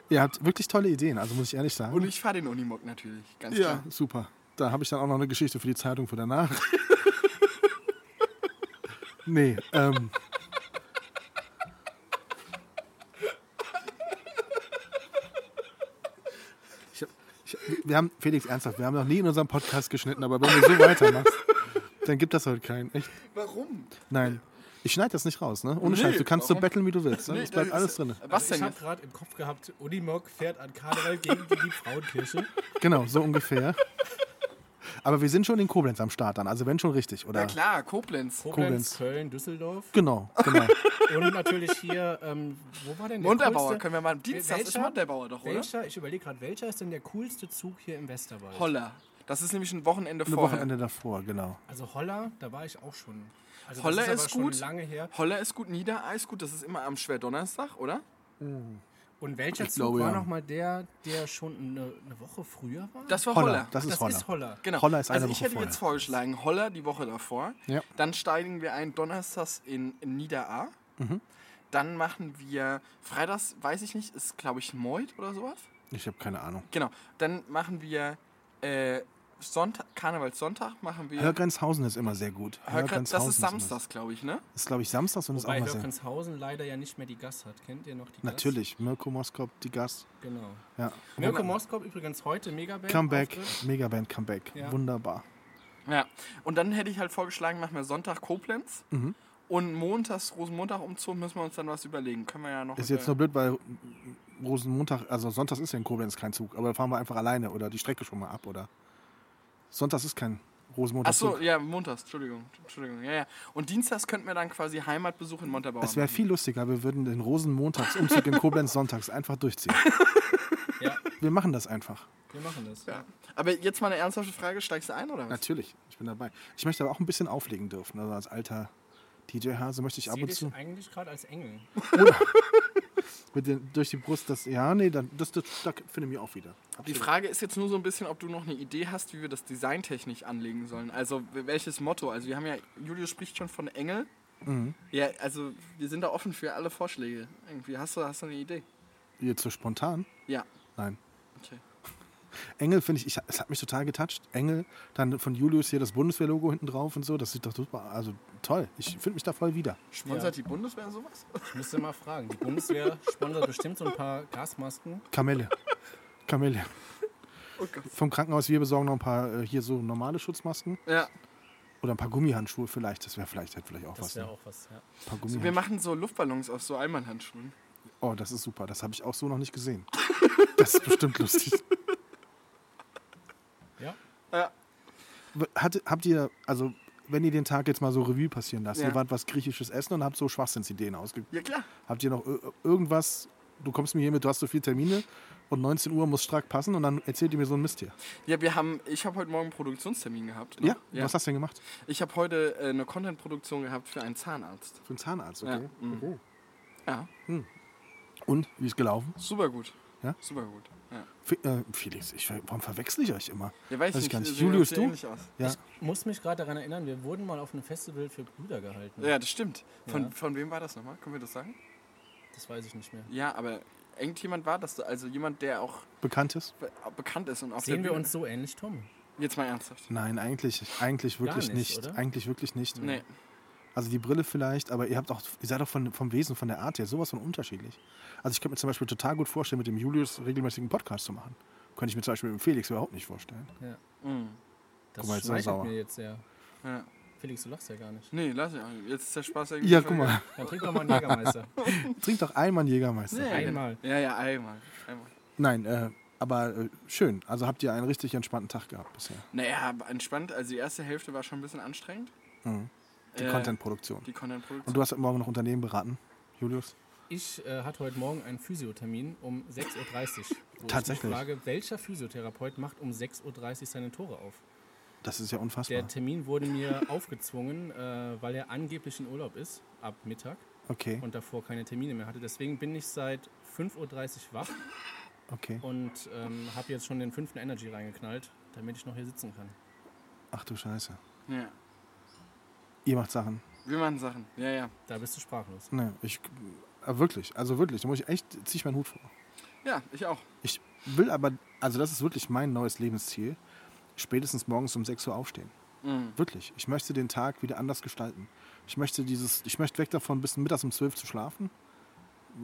Ihr habt wirklich tolle Ideen, also muss ich ehrlich sagen. Und ich fahre den Unimog natürlich, ganz ja, klar. super. Da habe ich dann auch noch eine Geschichte [laughs] für die Zeitung für danach. nee, ähm, Ich, wir haben, Felix, ernsthaft, wir haben noch nie in unserem Podcast geschnitten, aber wenn du so [laughs] weitermachst, dann gibt das heute keinen. Echt? Warum? Nein. Ich schneide das nicht raus, ne? Ohne Nee, Scheiß. Du kannst warum? so betteln, wie du willst. Ne? Nee, es bleibt das alles ist- drin. Was Also ich denn habe jetzt? gerade im Kopf gehabt, Unimog fährt an Karneval gegen [laughs] die Frauenkirche. Genau, so ungefähr. Aber wir sind schon in Koblenz am Start dann. Also wenn schon richtig, oder? Na klar, Koblenz. Koblenz, Koblenz. Köln, Düsseldorf. Genau, [laughs] genau. Und natürlich hier, ähm, wo war denn der Munderbauer, coolste- können wir mal am Dienstag ist Welcher- Munderbauer doch, oder? Welcher, ich überlege gerade, welcher ist denn der coolste Zug hier im Westerwald? Holler. Das ist nämlich ein Wochenende Ein vorher. Wochenende davor, genau. Also Holler, da war ich auch schon. Also Holler das ist, aber ist schon gut. lange her. Holler ist gut, Niederei ist gut, das ist immer am Schwerdonnerstag, oder? Und welcher Zug glaube, war ja. nochmal der, der schon eine, eine Woche früher war? Das war Holler, Holler. das ist Das Holler. ist Holler. genau. Holler ist eine also ich Woche hätte vorher. jetzt vorgeschlagen, Holler die Woche davor. Ja. Dann steigen wir ein Donnerstags in, in Niederahr. Dann machen wir Freitags, weiß ich nicht, ist glaube ich Meut oder sowas. Ich habe keine Ahnung. Genau. Dann machen wir äh, Sonntag, Karnevalssonntag machen wir. Hörgrenzhausen ist immer sehr gut. Hörgren- das ist immer- samstags, glaube ich, ne? Ist, glaube ich, Samstags und ist auch Wobei mal sehr. Hörkenshausen leider ja nicht mehr die Gas hat. Kennt ihr noch die Natürlich, Mirko Moskop, die Gast. Gas? Genau. Ja. Mirko Moskop übrigens heute Megaband. Comeback, Auftritt. Megaband Comeback. Ja. Wunderbar. Ja. Und dann hätte ich halt vorgeschlagen, machen wir Sonntag Koblenz. Und montags, Rosenmontagumzug, müssen wir uns dann was überlegen. Können wir ja noch. Ist jetzt über- nur blöd, weil Rosenmontag, also Sonntags ist ja in Koblenz kein Zug, aber da fahren wir einfach alleine oder die Strecke schon mal ab oder. Sonntags ist kein Rosenmontag. Ach so, ja, montags, Entschuldigung. Entschuldigung, ja, ja. Und dienstags könnten wir dann quasi Heimatbesuch in Montabaur Es wäre viel lustiger, wir würden den Rosenmontagsumzug in Koblenz sonntags einfach durchziehen. [laughs] Ja, Wir machen das einfach. wir machen das. Ja. Aber jetzt mal eine ernsthafte Frage, steigst du ein oder was? Natürlich, ich bin dabei. Ich möchte aber auch ein bisschen auflegen dürfen. Also als alter DJ-Hase möchte ich ab Sehe und dich zu eigentlich gerade als Engel. mit den, durch die Brust das. Ja, nee, dann, das, das, da finde ich mich auch wieder. Die Absolut. Frage ist jetzt nur so ein bisschen, ob du noch eine Idee hast, wie wir das designtechnisch anlegen sollen. Also w- welches Motto? Also wir haben ja, Julius spricht schon von Engel. Ja, also wir sind da offen für alle Vorschläge. Irgendwie hast du, hast du eine Idee? Ihr zu spontan? Ja. Nein. Okay. [laughs] Engel finde ich, ich, es hat mich total getoucht. Engel, dann von Julius hier das Bundeswehr-Logo hinten drauf und so, das sieht doch super, also toll. Ich finde mich da voll wieder. Sponsert die Bundeswehr sowas? Ich müsste mal fragen. Die Bundeswehr sponsert bestimmt so ein paar Gasmasken. [laughs] Kamelle. Kamelle. Oh Gott. Vom Krankenhaus, wir besorgen noch ein paar äh, hier so normale Schutzmasken Ja. oder ein paar Gummihandschuhe vielleicht, das wäre vielleicht, hätte vielleicht auch Das was. wäre Ne? auch was, ja. Ein paar Wir Gummihandschuhe. machen so Luftballons aus so Einmalhandschuhen. Oh, das ist super, das habe ich auch so noch nicht gesehen. [laughs] Das ist bestimmt lustig. Ja, Ja. Hat, habt ihr, also wenn ihr den Tag jetzt mal so Revue passieren lasst, Ja. ihr wart was griechisches Essen und habt so Schwachsinnsideen ausge Ja klar. Habt ihr noch ir- irgendwas? Du kommst mir hier mit, du hast so viele Termine und 19 Uhr muss stark passen und dann erzählt ihr mir so ein Mist hier. Ja, wir haben, ich habe heute Morgen einen Produktionstermin gehabt. ne? Ja? Was hast du denn gemacht? Ich habe heute äh, eine Content-Produktion gehabt für einen Zahnarzt. Für einen Zahnarzt, okay. okay. Ja, Und, wie ist gelaufen? super gut. Ja? Super gut. Ja, Fe äh, Felix, ich, warum verwechsel ich euch immer? ja weiß Weiß ich nicht, äh, gar nicht. sehen Julius, uns du? ähnlich aus. Ja, muss mich gerade daran erinnern, wir wurden mal auf einem Festival für Brüder gehalten. Ja, das stimmt. Von, Ja. von wem war das nochmal? Können wir das sagen? Das weiß ich nicht mehr. Ja, aber irgendjemand war das, also jemand, der auch bekanntes? be- bekannt ist und auf Sehen der wir Bühne- uns so ähnlich, Tom? Jetzt mal ernsthaft. Nein, eigentlich, eigentlich wirklich nicht, nicht. oder? Eigentlich wirklich nicht. Nee. Also die Brille vielleicht, aber ihr habt auch, ihr seid auch von, vom Wesen, von der Art her sowas von unterschiedlich. Also ich könnte mir zum Beispiel total gut vorstellen, mit dem Julius regelmäßigen Podcast zu machen. Könnte ich mir zum Beispiel mit dem Felix überhaupt nicht vorstellen. Ja. Mhm. Das Guck mal, jetzt ist er schmeichelt sauer. mir jetzt sehr. Ja. Felix, du lachst ja gar nicht. Nee, lass ich auch. Jetzt ist der Spaß irgendwie. Ja, guck [laughs] mal, Dann trink doch mal einen Jägermeister. trink doch einmal einen Jägermeister. Nee. genau. Einmal. Ja, ja, einmal. einmal. Nein, äh, aber äh, schön. Also habt ihr einen richtig entspannten Tag gehabt bisher. Naja, aber entspannt. Also die erste Hälfte war schon ein bisschen anstrengend. Mhm. Die Äh, Contentproduktion. Die Content-Produktion. Und du hast heute morgen noch Unternehmen beraten, Julius? Ich äh, hatte heute Morgen einen Physiotermin um 6.30 Uhr. Wo Ich Tatsächlich? mich frage, welcher Physiotherapeut macht um 6.30 Uhr seine Tore auf? Das ist ja unfassbar. Der Termin wurde mir aufgezwungen, äh, weil er angeblich in Urlaub ist, ab Mittag Okay, und davor keine Termine mehr hatte. Deswegen bin ich seit 5.30 Uhr wach okay. und ähm, habe jetzt schon den fünften Energy reingeknallt, damit ich noch hier sitzen kann. Ach du Scheiße. Ja. Ihr macht Sachen. Wir machen Sachen. Ja, ja. Da bist du sprachlos. Nee, ich. Äh, wirklich, also wirklich. Da muss ich echt, ziehe ich meinen Hut vor. Ja, ich auch. Ich will aber, also das ist wirklich mein neues Lebensziel, spätestens morgens um 6 Uhr aufstehen. Mhm. Wirklich. Ich möchte den Tag wieder anders gestalten. Ich möchte dieses, ich möchte weg davon, bis mittags um 12 zu schlafen.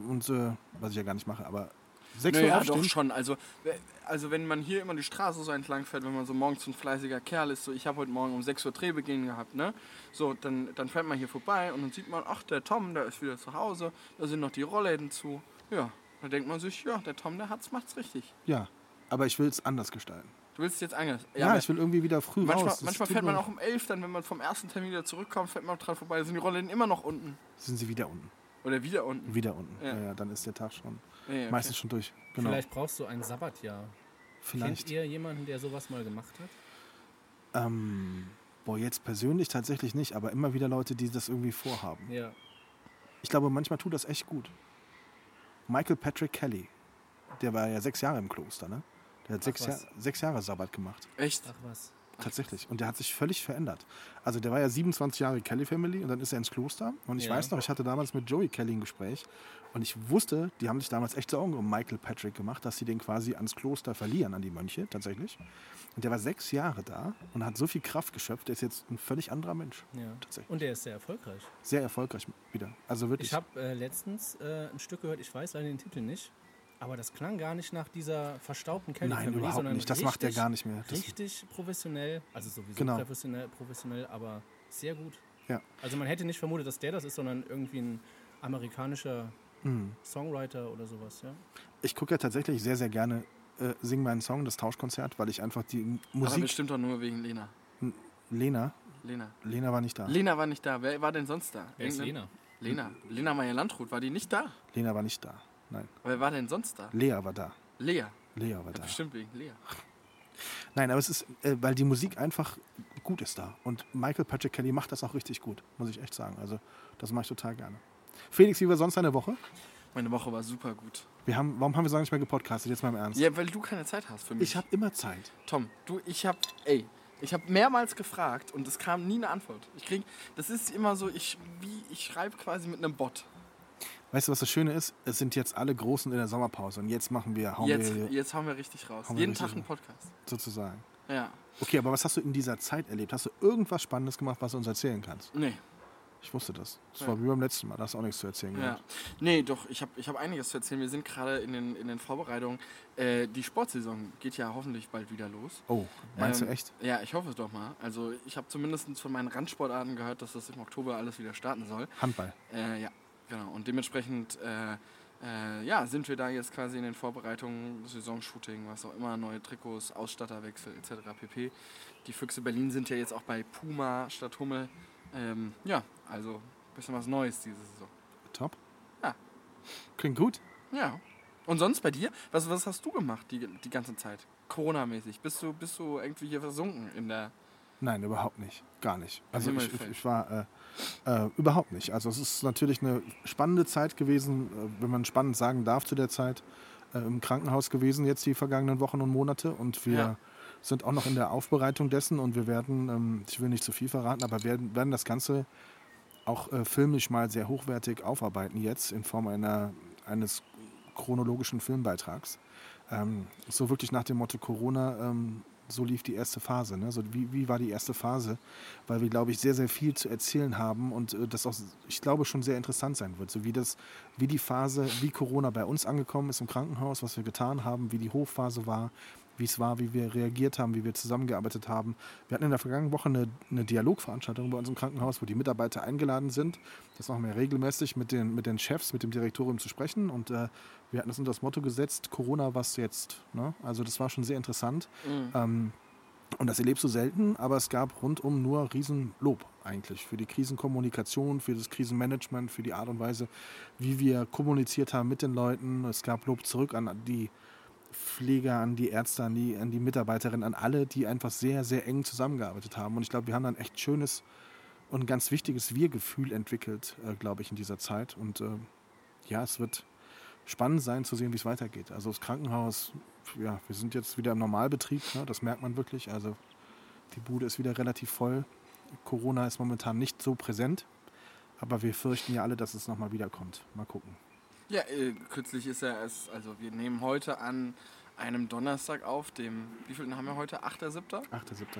Und äh, was ich ja gar nicht mache, aber Sechs Uhr Naja, aufstehen? doch schon. Also, äh, also wenn man hier immer die Straße so entlang fährt, wenn man so morgens so ein fleißiger Kerl ist, so ich habe heute Morgen um 6 Uhr Drehbeginn gehabt, ne? So, dann, dann fährt man hier vorbei und dann sieht man, ach, der Tom, der ist wieder zu Hause, da sind noch die Rollläden zu. Ja, dann denkt man sich, ja, der Tom, der hat's, macht's richtig. Ja, aber ich will es anders gestalten. Du willst es jetzt anders. Ja, aber ich will irgendwie wieder früh manchmal, raus. Das manchmal tut fährt man mir- auch um 11, dann wenn man vom ersten Termin wieder zurückkommt, fährt man auch dran vorbei, da sind die Rollläden immer noch unten. Sind sie wieder unten. Oder wieder unten. Wieder unten. Ja. Ja, ja dann ist der Tag schon Nee, okay. Hm, meistens schon durch. Genau. Vielleicht brauchst du ein Sabbatjahr. Kennt Vielleicht. ihr jemanden, der sowas mal gemacht hat? Ähm, boah, jetzt persönlich tatsächlich nicht, aber immer wieder Leute, die das irgendwie vorhaben. Ja. Ich glaube, manchmal tut das echt gut. Michael Patrick Kelly, der war ja sechs Jahre im Kloster, ne? Der hat sechs, was. Jahr, sechs Jahre Sabbat gemacht. Echt? Ach was. Tatsächlich. Und der hat sich völlig verändert. Also der war ja 27 Jahre Kelly Family und dann ist er ins Kloster. Und ich Ja. weiß noch, ich hatte damals mit Joey Kelly ein Gespräch und ich wusste, die haben sich damals echt Sorgen um Michael Patrick gemacht, dass sie den quasi ans Kloster verlieren, an die Mönche tatsächlich. Und der war sechs Jahre da und hat so viel Kraft geschöpft, der ist jetzt ein völlig anderer Mensch. Ja. Tatsächlich. Und der ist sehr erfolgreich. Sehr erfolgreich wieder. Also wirklich. Ich habe äh, letztens äh, ein Stück gehört, ich weiß leider den Titel nicht, aber das klang gar nicht nach dieser verstaubten Kelly Nein, Family, überhaupt sondern nicht. Das macht der richtig- gar nicht mehr. Das, Richtig professionell, also sowieso Genau. professionell, professionell, aber sehr gut. Ja. Also man hätte nicht vermutet, dass der das ist, sondern irgendwie ein amerikanischer Mhm. Songwriter oder sowas, ja. ich gucke ja tatsächlich sehr, sehr gerne äh, Sing meinen Song, das Tauschkonzert, weil ich einfach die Aber Musik. bestimmt doch nur wegen Lena. Lena, Lena. Lena war nicht da. Lena war nicht da. Wer war denn sonst da? Wer ist Irgendein- Lena? Lena. Lena Meyer-Landrut, war die nicht da? Lena war nicht da. Nein. Wer war denn sonst da? Lea war da. Lea. Lea war da. Bestimmt wegen Lea. Nein, aber es ist, äh, weil die Musik einfach gut ist da. Und Michael Patrick Kelly macht das auch richtig gut, muss ich echt sagen. Also, das mache ich total gerne. Felix, wie war sonst deine Woche? Meine Woche war super gut. Wir haben, warum haben wir so lange nicht mehr gepodcastet? Jetzt mal im Ernst. Ja, weil du keine Zeit hast für mich. Ich habe immer Zeit. Tom, du, ich hab, ey, ich hab mehrmals gefragt und es kam nie eine Antwort. Ich krieg, das ist immer so, ich, wie, ich schreibe quasi mit einem Bot. Weißt du, was das Schöne ist? Es sind jetzt alle Großen in der Sommerpause und jetzt machen wir, hauen jetzt, wir jetzt hauen wir richtig raus. hauen wir Jeden richtig Tag ein Podcast. sozusagen. Ja. Okay, aber was hast du in dieser Zeit erlebt? Hast du irgendwas Spannendes gemacht, was du uns erzählen kannst? Nee. Ich wusste das. Das Ja. war wie beim letzten Mal, da hast du auch nichts zu erzählen Ja. gehabt. Nee, doch, ich habe ich hab einiges zu erzählen. Wir sind gerade in den, in den Vorbereitungen. Äh, die Sportsaison geht ja hoffentlich bald wieder los. Oh, meinst Ähm, du echt? Ja, ich hoffe es doch mal. Also ich habe zumindest von meinen Randsportarten gehört, dass das im Oktober alles wieder starten soll. Handball. Äh, ja, genau. Und dementsprechend äh, äh, ja, sind wir da jetzt quasi in den Vorbereitungen, Saisonshooting, was auch immer, neue Trikots, Ausstatterwechsel etc. pp. Die Füchse Berlin sind ja jetzt auch bei Puma statt Hummel. Ähm, ja, also ein bisschen was Neues diese Saison. Top. Ja. Klingt gut. Ja. Und sonst bei dir? Was, was hast du gemacht die, die ganze Zeit? Corona-mäßig? Bist du, bist du irgendwie hier versunken in der. Nein, überhaupt nicht. Gar nicht. Also Himmel ich, ich, fällt. ich war äh, äh, überhaupt nicht. Also es ist natürlich eine spannende Zeit gewesen, äh, wenn man spannend sagen darf zu der Zeit, äh, im Krankenhaus gewesen jetzt die vergangenen Wochen und Monate. Und wir Ja. sind auch noch in der Aufbereitung dessen und wir werden, ähm, ich will nicht zu viel verraten, aber werden, werden das Ganze auch äh, filmisch mal sehr hochwertig aufarbeiten jetzt in Form einer, eines chronologischen Filmbeitrags. Ähm, so wirklich nach dem Motto Corona, ähm, so lief die erste Phase. Ne? So wie, wie war die erste Phase? Weil wir, glaube ich, sehr, sehr viel zu erzählen haben und äh, das auch, ich glaube, schon sehr interessant sein wird. So wie, das, wie die Phase, wie Corona bei uns angekommen ist im Krankenhaus, was wir getan haben, wie die Hochphase war, wie es war, wie wir reagiert haben, wie wir zusammengearbeitet haben. Wir hatten in der vergangenen Woche eine, eine Dialogveranstaltung bei uns im Krankenhaus, wo die Mitarbeiter eingeladen sind. Das machen wir regelmäßig mit den, mit den Chefs, mit dem Direktorium zu sprechen. Und äh, wir hatten das unter das Motto gesetzt, Corona, was jetzt? Ne? Also das war schon sehr interessant. Ähm, und das erlebst du selten, aber es gab rundum nur Riesenlob eigentlich für die Krisenkommunikation, für das Krisenmanagement, für die Art und Weise, wie wir kommuniziert haben mit den Leuten. Es gab Lob zurück an die Pfleger, an die Ärzte, an die, an die Mitarbeiterinnen, an alle, die einfach sehr, sehr eng zusammengearbeitet haben. Und ich glaube, wir haben dann echt schönes und ganz wichtiges Wir-Gefühl entwickelt, äh, glaube ich, in dieser Zeit. Und äh, ja, es wird spannend sein zu sehen, wie es weitergeht. Also das Krankenhaus, ja, wir sind jetzt wieder im Normalbetrieb, ne? das merkt man wirklich. Also die Bude ist wieder relativ voll. Corona ist momentan nicht so präsent, aber wir fürchten ja alle, dass es nochmal wiederkommt. Mal gucken. Ja, äh, kürzlich ist ja es. Also, wir nehmen heute an einem Donnerstag auf, dem. Wie viel haben wir heute? 8.7.? 8.7.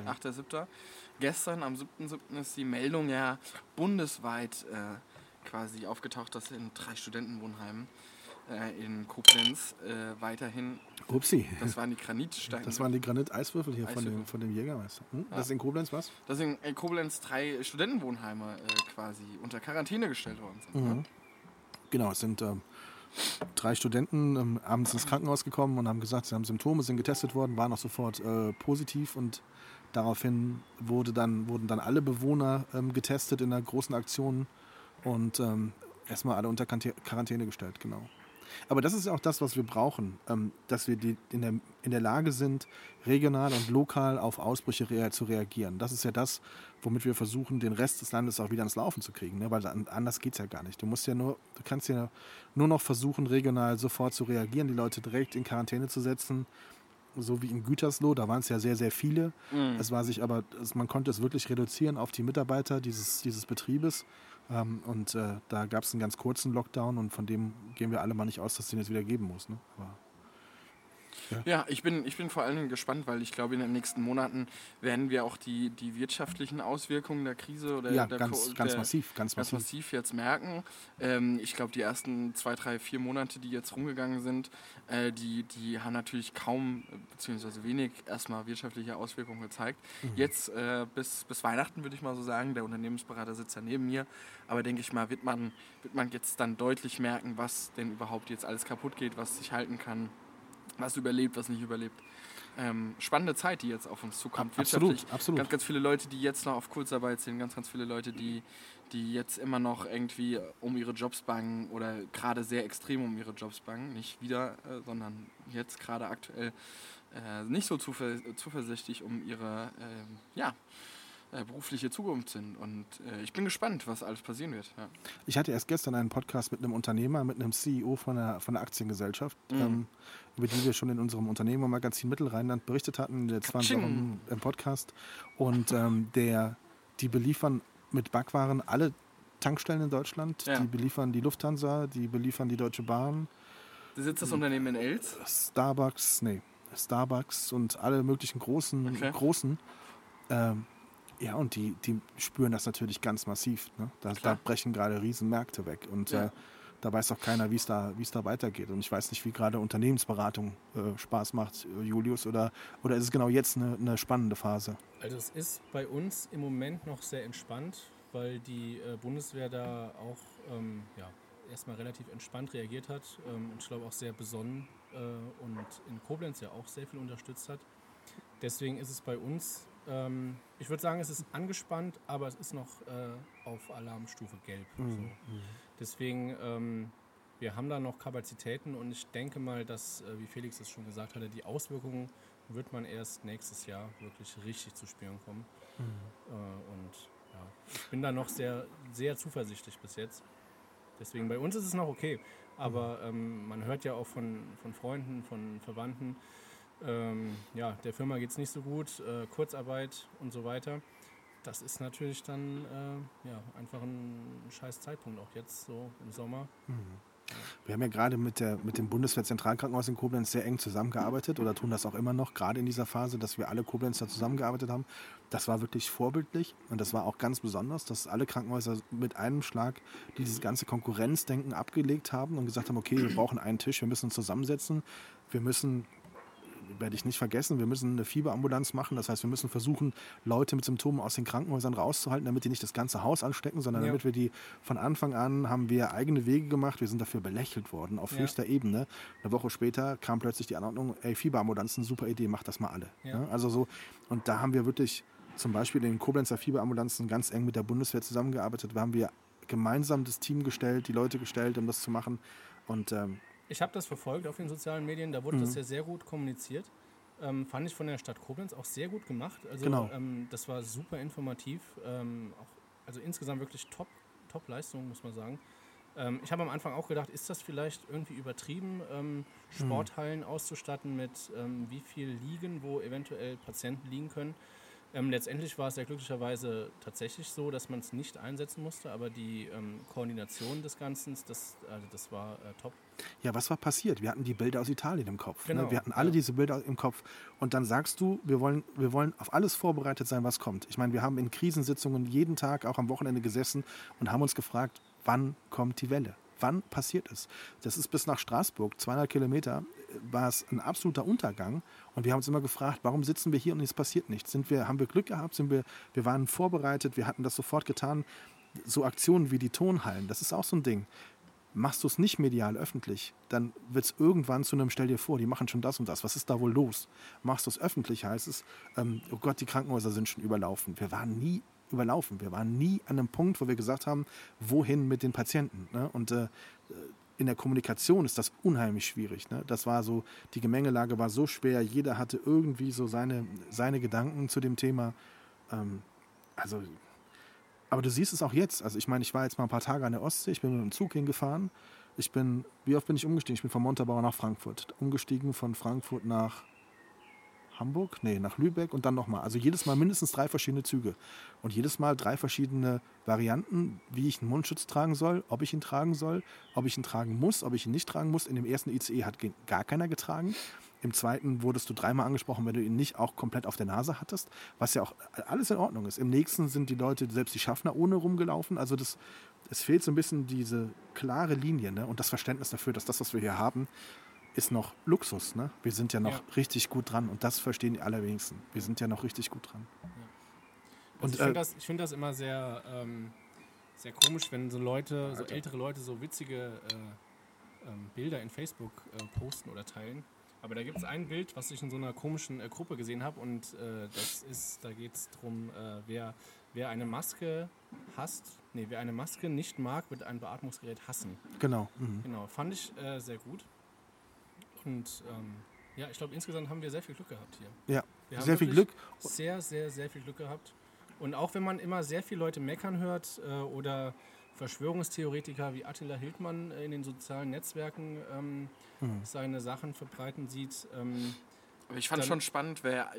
Ja. 8.7. Gestern am 7.7. ist die Meldung ja bundesweit äh, quasi aufgetaucht, dass in drei Studentenwohnheimen äh, in Koblenz äh, weiterhin. Upsi. Das waren die Granitsteine. Das waren die Graniteiswürfel hier von dem, Eiswürfel. von dem Jägermeister. Hm? Ja. Das ist in Koblenz was? dass in äh, Koblenz drei Studentenwohnheime äh, quasi unter Quarantäne gestellt worden sind. Mhm. Ne? Genau, es sind ähm, drei Studenten ähm, abends ins Krankenhaus gekommen und haben gesagt, sie haben Symptome, sind getestet worden, waren auch sofort äh, positiv und daraufhin wurde dann, wurden dann alle Bewohner ähm, getestet in einer großen Aktion und ähm, erstmal alle unter Quante- Quarantäne gestellt, genau. Aber das ist ja auch das, was wir brauchen, ähm, dass wir die in, der, in der Lage sind, regional und lokal auf Ausbrüche rea zu reagieren. Das ist ja das, womit wir versuchen, den Rest des Landes auch wieder ans Laufen zu kriegen, ne? weil an- anders geht es ja gar nicht. Du musst ja nur, du kannst ja nur noch versuchen, regional sofort zu reagieren, die Leute direkt in Quarantäne zu setzen, so wie in Gütersloh, da waren es ja sehr, sehr viele. Mhm. Es war sich aber, es, man konnte es wirklich reduzieren auf die Mitarbeiter dieses, dieses Betriebes. Ähm, und äh, da gab es einen ganz kurzen Lockdown und von dem gehen wir alle mal nicht aus, dass es den jetzt wieder geben muss. Ne? Aber Ja, ich bin, ich bin vor allen Dingen gespannt, weil ich glaube, in den nächsten Monaten werden wir auch die, die wirtschaftlichen Auswirkungen der Krise oder ja, der ganz, Co- ganz der, massiv, ganz ganz massiv. massiv jetzt merken. Ähm, ich glaube, die ersten zwei, drei, vier Monate, die jetzt rumgegangen sind, äh, die, die haben natürlich kaum, äh, beziehungsweise wenig, erstmal wirtschaftliche Auswirkungen gezeigt. Jetzt äh, bis, bis Weihnachten würde ich mal so sagen, der Unternehmensberater sitzt ja neben mir, aber denke ich mal, wird man, wird man jetzt dann deutlich merken, was denn überhaupt jetzt alles kaputt geht, was sich halten kann, was überlebt, was nicht überlebt. Ähm, spannende Zeit, die jetzt auf uns zukommt. wirtschaftlich. Absolut, absolut. Ganz, ganz viele Leute, die jetzt noch auf Kurzarbeit sind, ganz, ganz viele Leute, die, die jetzt immer noch irgendwie um ihre Jobs bangen oder gerade sehr extrem um ihre Jobs bangen. Nicht wieder, äh, sondern jetzt gerade aktuell äh, nicht so zuver zuversichtlich um ihre ähm, ja, äh, berufliche Zukunft sind. Und äh, ich bin gespannt, was alles passieren wird. Ja. Ich hatte erst gestern einen Podcast mit einem Unternehmer, mit einem CEO von einer, von einer Aktiengesellschaft, ähm, über die wir schon in unserem Unternehmermagazin Mittelrheinland berichtet hatten, der zwar im, Katsching. im Podcast. Und ähm, der, die beliefern mit Backwaren alle Tankstellen in Deutschland. Ja. Die beliefern die Lufthansa, die beliefern die Deutsche Bahn, Da sitzt das Unternehmen in Els. Starbucks, nee, Starbucks und alle möglichen großen, Okay. großen. Ähm, ja, und die, die spüren das natürlich ganz massiv. Ne? Da, da Klar. brechen gerade Riesenmärkte weg. Und Ja. äh, da weiß auch keiner, wie es da, wie es da weitergeht. Und ich weiß nicht, wie gerade Unternehmensberatung äh, Spaß macht, äh, Julius, oder, oder ist es genau jetzt eine, eine spannende Phase? Also es ist bei uns im Moment noch sehr entspannt, weil die äh, Bundeswehr da auch ähm, ja, erstmal relativ entspannt reagiert hat ähm, und ich glaube auch sehr besonnen äh, und in Koblenz ja auch sehr viel unterstützt hat. Deswegen ist es bei uns, ähm, ich würde sagen, es ist angespannt, aber es ist noch äh, auf Alarmstufe gelb. Mhm. Mhm. So. Deswegen, ähm, wir haben da noch Kapazitäten und ich denke mal, dass, äh, wie Felix es schon gesagt hatte, die Auswirkungen wird man erst nächstes Jahr wirklich richtig zu spüren kommen. Äh, und ja, ich bin da noch sehr, sehr zuversichtlich bis jetzt. Deswegen bei uns ist es noch okay. Aber ähm, man hört ja auch von, von Freunden, von Verwandten, ähm, ja, der Firma geht es nicht so gut, äh, Kurzarbeit und so weiter. Das ist natürlich dann äh, ja, einfach ein scheiß Zeitpunkt, auch jetzt so im Sommer. Wir haben ja gerade mit, der, mit dem Bundeswehrzentralkrankenhaus in Koblenz sehr eng zusammengearbeitet oder tun das auch immer noch, gerade in dieser Phase, dass wir alle Koblenzer zusammengearbeitet haben. Das war wirklich vorbildlich und das war auch ganz besonders, dass alle Krankenhäuser mit einem Schlag dieses ganze Konkurrenzdenken abgelegt haben und gesagt haben, okay, wir brauchen einen Tisch, wir müssen uns zusammensetzen, wir müssen werde ich nicht vergessen, wir müssen eine Fieberambulanz machen. Das heißt, wir müssen versuchen, Leute mit Symptomen aus den Krankenhäusern rauszuhalten, damit die nicht das ganze Haus anstecken, sondern Ja. damit wir die von Anfang an haben wir eigene Wege gemacht. Wir sind dafür belächelt worden auf Ja. höchster Ebene. Eine Woche später kam plötzlich die Anordnung, ey, Fieberambulanzen, super Idee, macht das mal alle. Ja. Ne? Also so, und da haben wir wirklich zum Beispiel in den Koblenzer Fieberambulanzen ganz eng mit der Bundeswehr zusammengearbeitet. Da haben wir gemeinsam das Team gestellt, die Leute gestellt, um das zu machen. Und ähm, Ich habe das verfolgt auf den sozialen Medien, da wurde das ja sehr gut kommuniziert. Ähm, fand ich von der Stadt Koblenz auch sehr gut gemacht. Also Genau. ähm, das war super informativ. Ähm, auch, also insgesamt wirklich top, top Leistung, muss man sagen. Ähm, ich habe am Anfang auch gedacht, ist das vielleicht irgendwie übertrieben, ähm, Sporthallen auszustatten mit ähm, wie viel Liegen, wo eventuell Patienten liegen können. Ähm, letztendlich war es ja glücklicherweise tatsächlich so, dass man es nicht einsetzen musste, aber die ähm, Koordination des Ganzen, das, also das war äh, top. ja, was war passiert? Wir hatten die Bilder aus Italien im Kopf. Ne? Genau, Wir hatten alle ja. diese Bilder im Kopf. Und dann sagst du, wir wollen, wir wollen auf alles vorbereitet sein, was kommt. Ich meine, wir haben in Krisensitzungen jeden Tag, auch am Wochenende gesessen und haben uns gefragt, wann kommt die Welle? wann passiert ist. Das ist bis nach Straßburg, 200 Kilometer, äh, war es ein absoluter Untergang. Und wir haben uns immer gefragt, warum sitzen wir hier und es passiert nichts? Sind wir, haben wir Glück gehabt? Sind wir, wir waren vorbereitet, wir hatten das sofort getan. So Aktionen wie die Tonhallen, das ist auch so ein Ding. Machst du es nicht medial öffentlich, dann wird es irgendwann zu einem, stell dir vor, die machen schon das und das, was ist da wohl los? Machst du es öffentlich, heißt es, ähm, oh Gott, die Krankenhäuser sind schon überlaufen. Wir waren nie überlaufen. Wir waren nie an einem Punkt, wo wir gesagt haben, wohin mit den Patienten. Ne? Und äh, in der Kommunikation ist das unheimlich schwierig. Ne? Das war so, die Gemengelage war so schwer, jeder hatte irgendwie so seine, seine Gedanken zu dem Thema. Ähm, also, aber du siehst es auch jetzt. Also ich meine, ich war jetzt mal ein paar Tage an der Ostsee, ich bin mit dem Zug hingefahren. Ich bin, wie oft bin ich umgestiegen? Ich bin von Montabaur nach Frankfurt. Umgestiegen von Frankfurt nach Hamburg, nee, nach Lübeck und dann nochmal. Also jedes Mal mindestens drei verschiedene Züge. Und jedes Mal drei verschiedene Varianten, wie ich einen Mundschutz tragen soll, ob ich ihn tragen soll, ob ich ihn tragen muss, ob ich ihn nicht tragen muss. In dem ersten ICE hat gar keiner getragen. Im zweiten wurdest du dreimal angesprochen, wenn du ihn nicht auch komplett auf der Nase hattest, was ja auch alles in Ordnung ist. Im nächsten sind die Leute, selbst die Schaffner, ohne rumgelaufen. Also das, es fehlt so ein bisschen diese klare Linie ne? und das Verständnis dafür, dass das, was wir hier haben, ist noch Luxus. Ne? Wir sind ja noch Ja. richtig gut dran und das verstehen die allerwenigsten. Wir sind ja noch richtig gut dran. Also Und, ich finde äh, das, ich find das immer sehr, ähm, sehr komisch, wenn so Leute, so ältere Leute, so witzige äh, ähm, Bilder in Facebook äh, posten oder teilen. Aber da gibt es ein Bild, was ich in so einer komischen äh, Gruppe gesehen habe und äh, das ist, da geht es darum, äh, wer, wer eine Maske hasst, nee, wer eine Maske nicht mag, wird ein Beatmungsgerät hassen. Genau. Mhm. Genau, fand ich äh, sehr gut. Und ähm, ja, ich glaube, insgesamt haben wir sehr viel Glück gehabt hier. Ja, Wir haben sehr viel wirklich Glück. Sehr, sehr, sehr viel Glück gehabt. Und auch wenn man immer sehr viele Leute meckern hört äh, oder Verschwörungstheoretiker wie Attila Hildmann äh, in den sozialen Netzwerken ähm, Mhm. seine Sachen verbreiten sieht, ähm, Aber ich fand Dann- schon spannend, wer,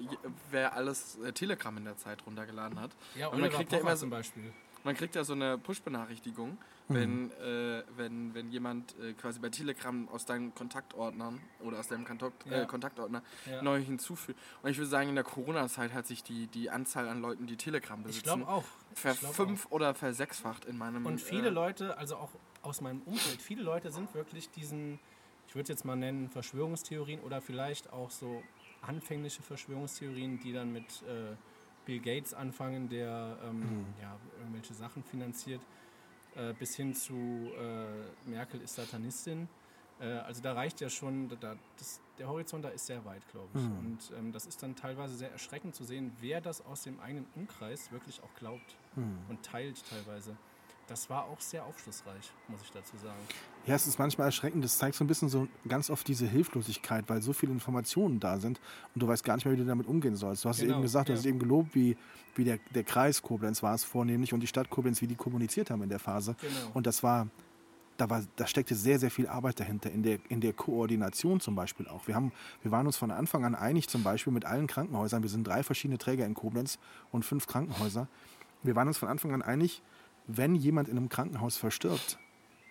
wer alles äh, Telegram in der Zeit runtergeladen hat. ja, Und man Oliver kriegt kriegt ja ja immer so- zum Beispiel. Man kriegt ja so eine Push-Benachrichtigung, Mhm. wenn, äh, wenn, wenn jemand äh, quasi bei Telegram aus deinen Kontaktordnern oder aus deinem Kontakt, Ja. äh, Kontaktordner Ja. neu hinzufügt. Und ich würde sagen, in der Corona-Zeit hat sich die, die Anzahl an Leuten, die Telegram Ich besitzen, glaube auch. Ich glaub auch. verfünf oder versechsfacht in meinem Und äh, viele Leute, also auch aus meinem Umfeld, viele Leute sind wirklich diesen, ich würde jetzt mal nennen, Verschwörungstheorien oder vielleicht auch so anfängliche Verschwörungstheorien, die dann mit äh, Bill Gates anfangen, der ähm, ja, irgendwelche Sachen finanziert, äh, bis hin zu äh, Merkel ist Satanistin. Äh, also da reicht ja schon, da- da, das, der Horizont da ist sehr weit, glaube ich. Und ähm, das ist dann teilweise sehr erschreckend zu sehen, wer das aus dem eigenen Umkreis wirklich auch glaubt und teilt teilweise. Das war auch sehr aufschlussreich, muss ich dazu sagen. Ja, es ist manchmal erschreckend. Das zeigt so ein bisschen so ganz oft diese Hilflosigkeit, weil so viele Informationen da sind und du weißt gar nicht mehr, wie du damit umgehen sollst. Du hast Genau, eben gesagt, du ja. hast eben gelobt, wie, wie der, der Kreis Koblenz war es vornehmlich und die Stadt Koblenz, wie die kommuniziert haben in der Phase. Genau. Und das war, da war, da steckte sehr, sehr viel Arbeit dahinter, in der, in der Koordination zum Beispiel auch. Wir haben, wir waren uns von Anfang an einig, zum Beispiel mit allen Krankenhäusern. Wir sind drei verschiedene Träger in Koblenz und fünf Krankenhäuser. Wir waren uns von Anfang an einig, wenn jemand in einem Krankenhaus verstirbt,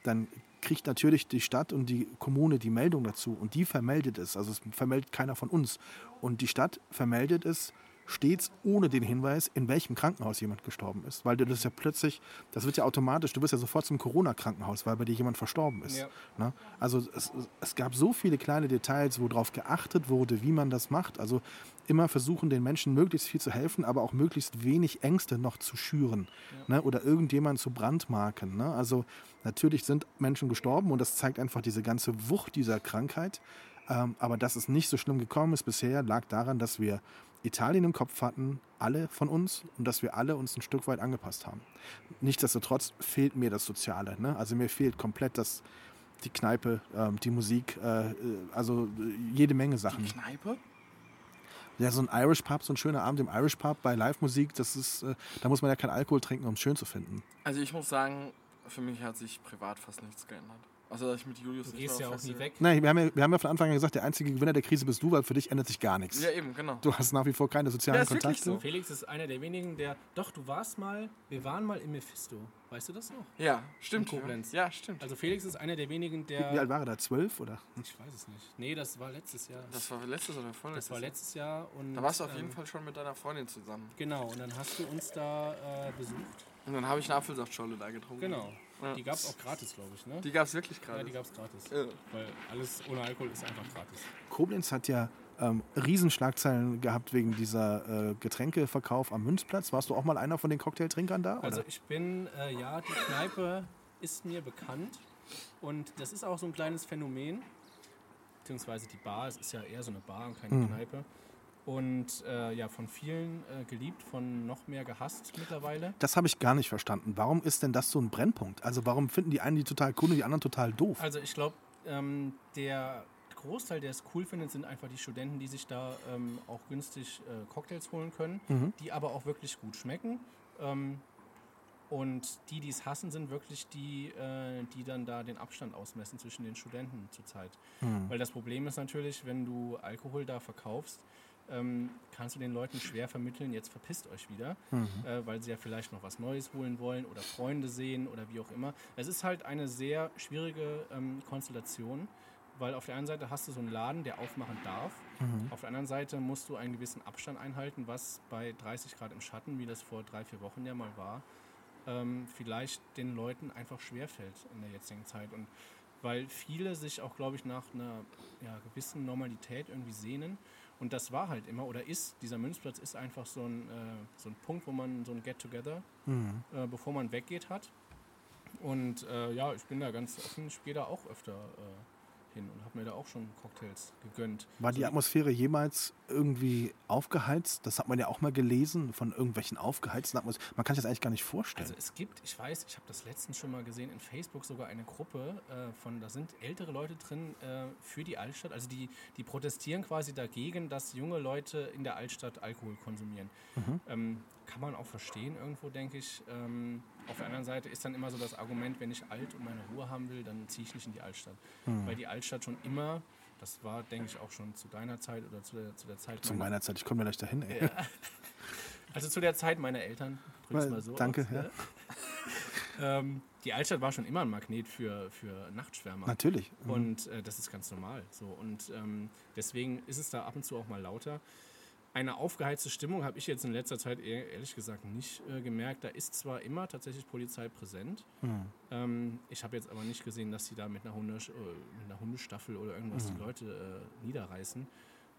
dann kriegt natürlich die Stadt und die Kommune die Meldung dazu und die vermeldet es. Also es vermeldet keiner von uns. Und die Stadt vermeldet es stets ohne den Hinweis, in welchem Krankenhaus jemand gestorben ist. Weil du das ja plötzlich, das wird ja automatisch, du wirst ja sofort zum Corona-Krankenhaus, weil bei dir jemand verstorben ist. Ja. Ne? Also es, es gab so viele kleine Details, worauf geachtet wurde, wie man das macht. Also immer versuchen, den Menschen möglichst viel zu helfen, aber auch möglichst wenig Ängste noch zu schüren ne? oder irgendjemanden zu brandmarken. Ne? Also natürlich sind Menschen gestorben und das zeigt einfach diese ganze Wucht dieser Krankheit. Ähm, aber dass es nicht so schlimm gekommen ist bisher, lag daran, dass wir Italien im Kopf hatten, alle von uns, und dass wir alle uns ein Stück weit angepasst haben. Nichtsdestotrotz fehlt mir das Soziale. Ne? Also mir fehlt komplett das, die Kneipe, ähm, die Musik, äh, äh, also äh, jede Menge Sachen. Kneipe? Ja, so ein Irish Pub, so ein schöner Abend im Irish Pub bei Live-Musik, das ist, äh, da muss man ja keinen Alkohol trinken, um es schön zu finden. Also ich muss sagen, für mich hat sich privat fast nichts geändert. Also dass ich mit Julius Du nicht gehst mehr ja auf auch nie Festival- weg. Nein, wir haben ja, wir haben ja von Anfang an gesagt, der einzige Gewinner der Krise bist du, weil für dich ändert sich gar nichts. Ja, eben, genau. Du hast nach wie vor keine sozialen Ja, ist wirklich Kontakte. so. Felix ist einer der wenigen, der. Doch, du warst mal. Wir waren mal im Mephisto. Weißt du das noch? Ja, stimmt. In Koblenz. Ja, ja stimmt. Also, Felix ist einer der wenigen, Wie alt der. war er da? Zwölf oder? Ich weiß es nicht. Nee, das war letztes Jahr. Das war letztes oder vorletztes? Das war letztes Jahr. Und, Da warst du auf ähm, jeden Fall schon mit deiner Freundin zusammen. Genau, und dann hast du uns da äh, besucht. Und dann habe ich eine Apfelsaftschorle da getrunken. Genau. Ja. Die gab es auch gratis, glaube ich, ne? Die gab es wirklich gerade. ja, die gab es gratis. Ja. Weil alles ohne Alkohol ist einfach gratis. Koblenz hat ja ähm, Riesenschlagzeilen gehabt wegen dieser äh, Getränkeverkauf am Münzplatz. Warst du auch mal einer von den Cocktailtrinkern da? Oder? Also ich bin, äh, ja, die Kneipe ist mir bekannt und das ist auch so ein kleines Phänomen, beziehungsweise die Bar, es ist ja eher so eine Bar und keine Kneipe. Und äh, ja, von vielen äh, geliebt, von noch mehr gehasst mittlerweile. das habe ich gar nicht verstanden. Warum ist denn das so ein Brennpunkt? Also warum finden die einen die total cool und die anderen total doof? Also ich glaube, ähm, der Großteil, der es cool findet, sind einfach die Studenten, die sich da ähm, auch günstig äh, Cocktails holen können, Mhm, die aber auch wirklich gut schmecken. Ähm, und die, die es hassen, sind wirklich die, äh, die dann da den Abstand ausmessen zwischen den Studenten zurzeit. Mhm. Weil das Problem ist natürlich, wenn du Alkohol da verkaufst, ähm, kannst du den Leuten schwer vermitteln, jetzt verpisst euch wieder, äh, weil sie ja vielleicht noch was Neues holen wollen oder Freunde sehen oder wie auch immer. Es ist halt eine sehr schwierige ähm, Konstellation, weil auf der einen Seite hast du so einen Laden, der aufmachen darf, auf der anderen Seite musst du einen gewissen Abstand einhalten, was bei 30 Grad im Schatten, wie das vor drei, vier Wochen ja mal war, ähm, vielleicht den Leuten einfach schwerfällt in der jetzigen Zeit. Und weil viele sich auch, glaube ich, nach einer ja, gewissen Normalität irgendwie sehnen. Und das war halt immer oder ist, dieser Münzplatz ist einfach so ein, äh, so ein Punkt, wo man so ein Get-Together, mhm. äh, bevor man weggeht, hat. Und äh, ja, ich bin da ganz offen, ich gehe da auch öfter äh, hin und habe mir da auch schon Cocktails gegönnt. War So die Atmosphäre jemals irgendwie aufgeheizt? Das hat man ja auch mal gelesen von irgendwelchen aufgeheizten Atmosphären. Man kann sich das eigentlich gar nicht vorstellen. Also es gibt, ich weiß, ich habe das letztens schon mal gesehen in Facebook sogar eine Gruppe äh, von, da sind ältere Leute drin äh, für die Altstadt, also die, die protestieren quasi dagegen, dass junge Leute in der Altstadt Alkohol konsumieren. Ähm, kann man auch verstehen irgendwo, denke ich. Ähm, auf der anderen Seite ist dann immer so das Argument, wenn ich alt und meine Ruhe haben will, dann ziehe ich nicht in die Altstadt. Also, Mhm. Weil die Altstadt schon immer, das war, denke ich, auch schon zu deiner Zeit oder zu der, zu der Zeit zu meiner Zeit, ich komme ja gleich dahin, ey. also zu der Zeit meiner Eltern, drück's Weil- mal so. danke, aus, ne? [laughs] ähm, die Altstadt war schon immer ein Magnet für, für [laughs] Nachtschwärmer. Natürlich. Mhm, Und äh, das ist ganz normal. So. Und ähm, deswegen ist es da ab und zu auch mal lauter. Eine aufgeheizte Stimmung habe ich jetzt in letzter Zeit eher, ehrlich gesagt nicht äh, gemerkt. Da ist zwar immer tatsächlich Polizei präsent. mhm. Ähm, ich habe jetzt aber nicht gesehen, dass sie da mit einer, Hunde, äh, mit einer Hundestaffel oder irgendwas die Leute äh, niederreißen.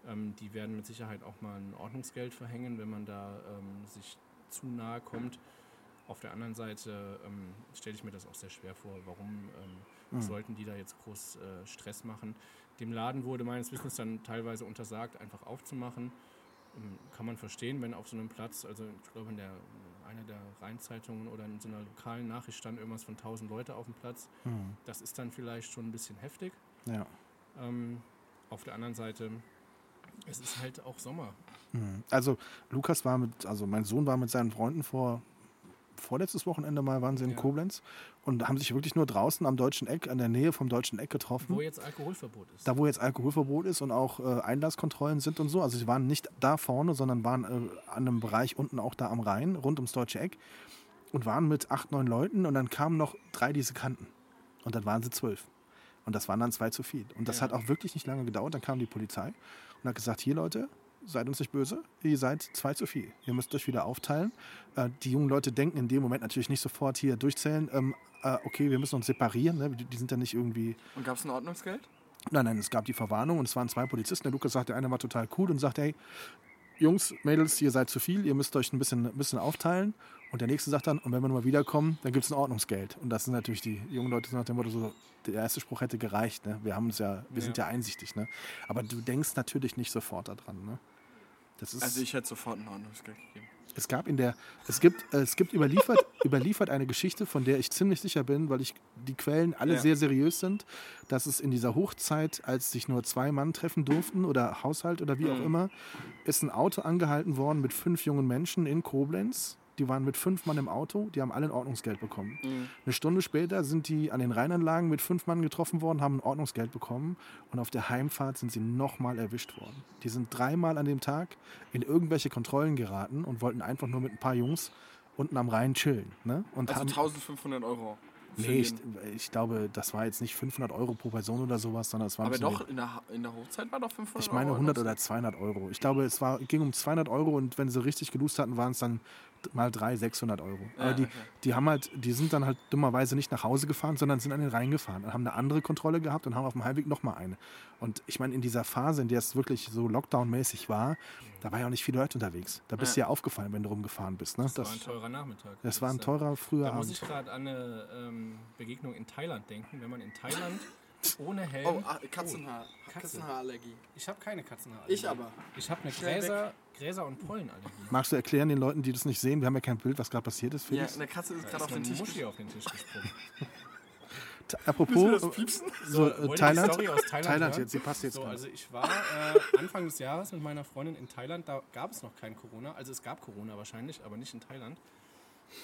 Ähm, die werden mit Sicherheit auch mal ein Ordnungsgeld verhängen, wenn man da ähm, sich zu nahe kommt. Auf der anderen Seite ähm, stelle ich mir das auch sehr schwer vor. Warum ähm, sollten die da jetzt groß äh, Stress machen? Dem Laden wurde meines Wissens dann teilweise untersagt, einfach aufzumachen. Ähm, kann man verstehen, wenn auf so einem Platz, also ich glaube in der, einer der Rheinzeitungen oder in so einer lokalen Nachricht stand irgendwas von 1000 Leute auf dem Platz. Mhm. Das ist dann vielleicht schon ein bisschen heftig. Ja. Ähm, auf der anderen Seite, es ist halt auch Sommer. Also Lukas war mit, also mein Sohn war mit seinen Freunden vor vorletztes Wochenende mal waren sie in Ja. Koblenz und haben sich wirklich nur draußen am deutschen Eck, an der Nähe vom deutschen Eck getroffen. Wo jetzt Alkoholverbot Mhm. ist. da wo jetzt Alkoholverbot ist und auch äh, Einlasskontrollen sind und so. Also sie waren nicht da vorne, sondern waren äh, an einem Bereich unten auch da am Rhein, rund ums deutsche Eck und waren mit acht, neun Leuten und dann kamen noch drei, die sie kannten. Und dann waren sie zwölf. Und das waren dann zwei zu viel. Und das Ja. hat auch wirklich nicht lange gedauert. Dann kam die Polizei und hat gesagt, hier Leute, seid uns nicht böse, ihr seid zwei zu viel. Ihr müsst euch wieder aufteilen. Äh, die jungen Leute denken in dem Moment natürlich nicht sofort hier durchzählen. Ähm, äh, okay, wir müssen uns separieren. Ne? Die, die sind ja nicht irgendwie Und gab es ein Ordnungsgeld? Nein, nein, es gab die Verwarnung und es waren zwei Polizisten. Der Lukas sagt, der eine war total cool und sagt, hey, Jungs, Mädels, ihr seid zu viel, ihr müsst euch ein bisschen, ein bisschen aufteilen. Und der nächste sagt dann, und wenn wir nochmal wiederkommen, dann gibt es ein Ordnungsgeld. Und das sind natürlich die jungen Leute so nach dem Motto, so, der erste Spruch hätte gereicht. Ne? Wir haben uns ja, wir sind ja Ja. einsichtig. Ne? Aber du denkst natürlich nicht sofort daran. Ne? Das ist, Also ich hätte sofort ein Ordnungsgeld gegeben. es gab in der, es gibt, äh, es gibt überliefert, überliefert eine Geschichte, von der ich ziemlich sicher bin, weil ich die Quellen alle Ja. sehr seriös sind, dass es in dieser Hochzeit, als sich nur zwei Mann treffen durften oder Haushalt oder wie auch immer, ist ein Auto angehalten worden mit fünf jungen Menschen in Koblenz. Die waren mit fünf Mann im Auto, die haben alle ein Ordnungsgeld bekommen. Mhm. Eine Stunde später sind die an den Rheinanlagen mit fünf Mann getroffen worden, haben ein Ordnungsgeld bekommen und auf der Heimfahrt sind sie nochmal erwischt worden. Die sind dreimal an dem Tag in irgendwelche Kontrollen geraten und wollten einfach nur mit ein paar Jungs unten am Rhein chillen. Ne? Und Also haben, 1500 Euro. für nee, ich, jeden. ich glaube, das war jetzt nicht 500 Euro pro Person oder sowas, sondern es war ein Aber bisschen doch, in der, Ha- in der Hochzeit war doch 500 ich meine Euro. 100 oder 200 Euro. Ich glaube, es war, ging um 200 Euro und wenn sie richtig gelust hatten, waren es dann mal drei, 600 Euro. Ja, Aber die, okay. die haben halt, die sind dann halt dummerweise nicht nach Hause gefahren, sondern sind an den Rhein gefahren und haben eine andere Kontrolle gehabt und haben auf dem Heimweg nochmal eine. Und ich meine, in dieser Phase, in der es wirklich so Lockdown-mäßig war, da war ja auch nicht viele Leute unterwegs. Da bist du ja aufgefallen, wenn du rumgefahren bist. Ne? Das, war ein Das, teurer Nachmittag. das war ein äh, teurer früher Da muss ich Abend. gerade an eine ähm, Begegnung in Thailand denken, wenn man [laughs] in Thailand ohne Helm. Oh, ah, Katzenhaar. Katze. Katzenhaarallergie. Ich habe keine Katzenhaarallergie. Ich aber. Ich habe eine Schnell Gräser, Gräser- und Pollenallergie. Magst du erklären den Leuten, die das nicht sehen, wir haben ja kein Bild, was gerade passiert ist, Ja, Felix? ne. eine Katze ist Da gerade ist auf den eine Tisch. Muschi auf den Tisch gesprungen. T- Müssen wir Apropos, das piepsen? so, wollt ihr äh, die Thailand, Story aus Thailand Thailand hören? jetzt, die passt jetzt so, gerade. also ich war äh, Anfang des Jahres mit meiner Freundin in Thailand. Da gab es noch kein Corona. Also es gab Corona wahrscheinlich, aber nicht in Thailand.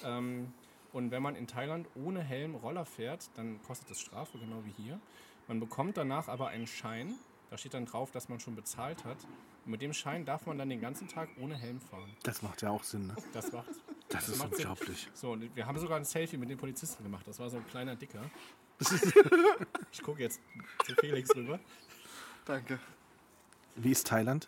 Ähm, und wenn man in Thailand ohne Helm Roller fährt, dann kostet das Strafe, genau wie hier. Man bekommt danach aber einen Schein. Da steht dann drauf, dass man schon bezahlt hat. Und mit dem Schein darf man dann den ganzen Tag ohne Helm fahren. das macht ja auch Sinn. Ne? Das macht's. Das ist macht Sinn. unglaublich. So, und wir haben sogar ein Selfie mit dem Polizisten gemacht. Das war so ein [laughs] kleiner Dicker. ich gucke jetzt zu Felix rüber. Danke. Wie ist Thailand?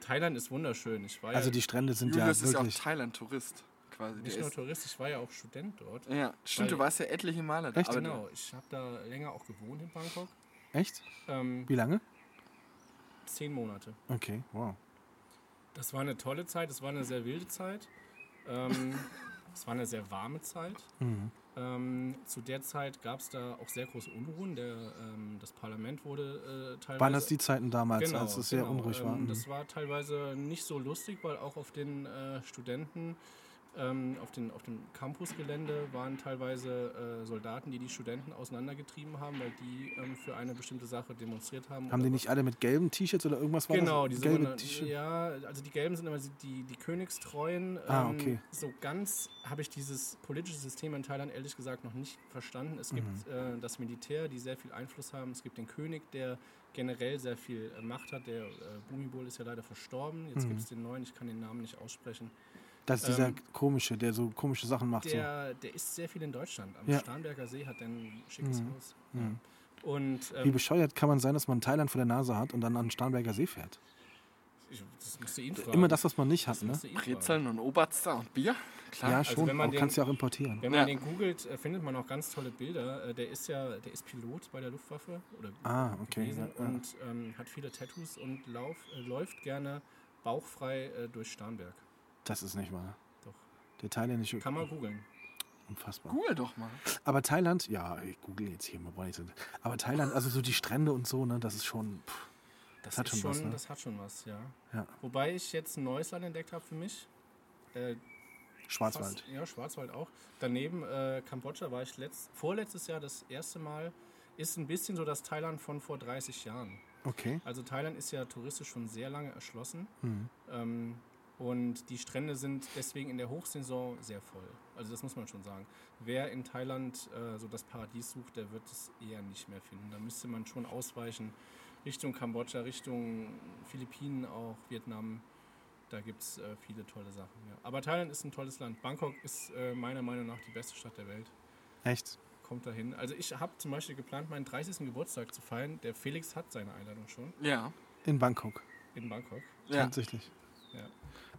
Thailand ist wunderschön. Ich war Also Ah, ja die Strände sind Julius ja ist ja auch wirklich. Thailand-Tourist quasi. nicht Der nur ist, Tourist, ich war ja auch Student dort. ja, stimmt, du Weil- warst ja etliche Male da. Echt? aber- Genau, ich habe da länger auch gewohnt in Bangkok. Echt? Ähm, Wie lange? zehn Monate. Okay, wow. Das war eine tolle Zeit, es war eine sehr wilde Zeit. [laughs] Ähm, es war eine sehr warme Zeit. Mhm. Ähm, zu der Zeit gab es da auch sehr große Unruhen. Der, ähm, das Parlament wurde äh, teilweise. Waren das die Zeiten damals, Genau, als es sehr genau. unruhig war? Ähm, Mhm. Das war teilweise nicht so lustig, weil auch auf den äh, Studenten, ähm, auf, den, auf dem Campusgelände waren teilweise äh, Soldaten, die die Studenten auseinandergetrieben haben, weil die ähm, für eine bestimmte Sache demonstriert haben. Haben die oder nicht alle mit gelben T-Shirts oder irgendwas? war das? Genau, diese gelbe gelben T-Shirts. Ja, also die gelben sind immer die, die, die Königstreuen. Ah, Ähm, okay. So ganz habe ich dieses politische System in Thailand ehrlich gesagt noch nicht verstanden. Es gibt Mhm. äh, das Militär, die sehr viel Einfluss haben. Es gibt den König, der generell sehr viel äh, Macht hat. Der äh, Bhumibol ist ja leider verstorben. Mhm. Jetzt gibt es den neuen, ich kann den Namen nicht aussprechen. Das ist dieser Ähm, komische, der so komische Sachen macht. So. Der, der ist sehr viel in Deutschland. Am Ja. Mhm. Starnberger See hat er ein schickes Haus. Ja. Und Wie ähm, bescheuert kann man sein, dass man Thailand vor der Nase hat und dann an den Starnberger See fährt? ich, das musst du ihn fragen. Immer das, was man nicht hat, Das ne? musst du ihn fragen. Brezeln und Oberster und Bier? Klar. Ja, also schon. wenn man aber den- kannst ja auch importieren. Wenn man Ja. den googelt, äh, findet man auch ganz tolle Bilder. Äh, Der ist ja, der ist Pilot bei der Luftwaffe oder Ah, okay. gewesen ja, ja. und ähm, hat viele Tattoos und lauf, äh, läuft gerne bauchfrei äh, durch Starnberg. Das ist nicht wahr. Doch. Der thailändische. Kann man googeln. Unfassbar. Google doch mal. Aber Thailand, ja, ich google jetzt hier mal. brauch ich nicht. Aber Thailand, also so die Strände und so, ne, das ist schon. Pff, das, hat Ist schon, was, ne? Das hat schon was, ja. Ja. Wobei ich jetzt ein neues Land entdeckt habe für mich. Äh, Schwarzwald. Fast, ja, Schwarzwald auch. Daneben äh, Kambodscha war ich letzt, vorletztes Jahr das erste Mal. Ist ein bisschen so das Thailand von vor 30 Jahren. Okay. Also Thailand ist ja touristisch schon sehr lange erschlossen. Ähm, und die Strände sind deswegen in der Hochsaison sehr voll. Also das muss man schon sagen. Wer in Thailand äh, so das Paradies sucht, der wird es eher nicht mehr finden. Da müsste man schon ausweichen Richtung Kambodscha, Richtung Philippinen auch, Vietnam. Da gibt es äh, viele tolle Sachen. Ja. Aber Thailand ist ein tolles Land. Bangkok ist äh, meiner Meinung nach die beste Stadt der Welt Echt? kommt dahin. Also ich habe zum Beispiel geplant, meinen 30. Geburtstag zu feiern. Der Felix hat seine Einladung schon Ja. In Bangkok. in Bangkok. Ja, Tatsächlich. Ja.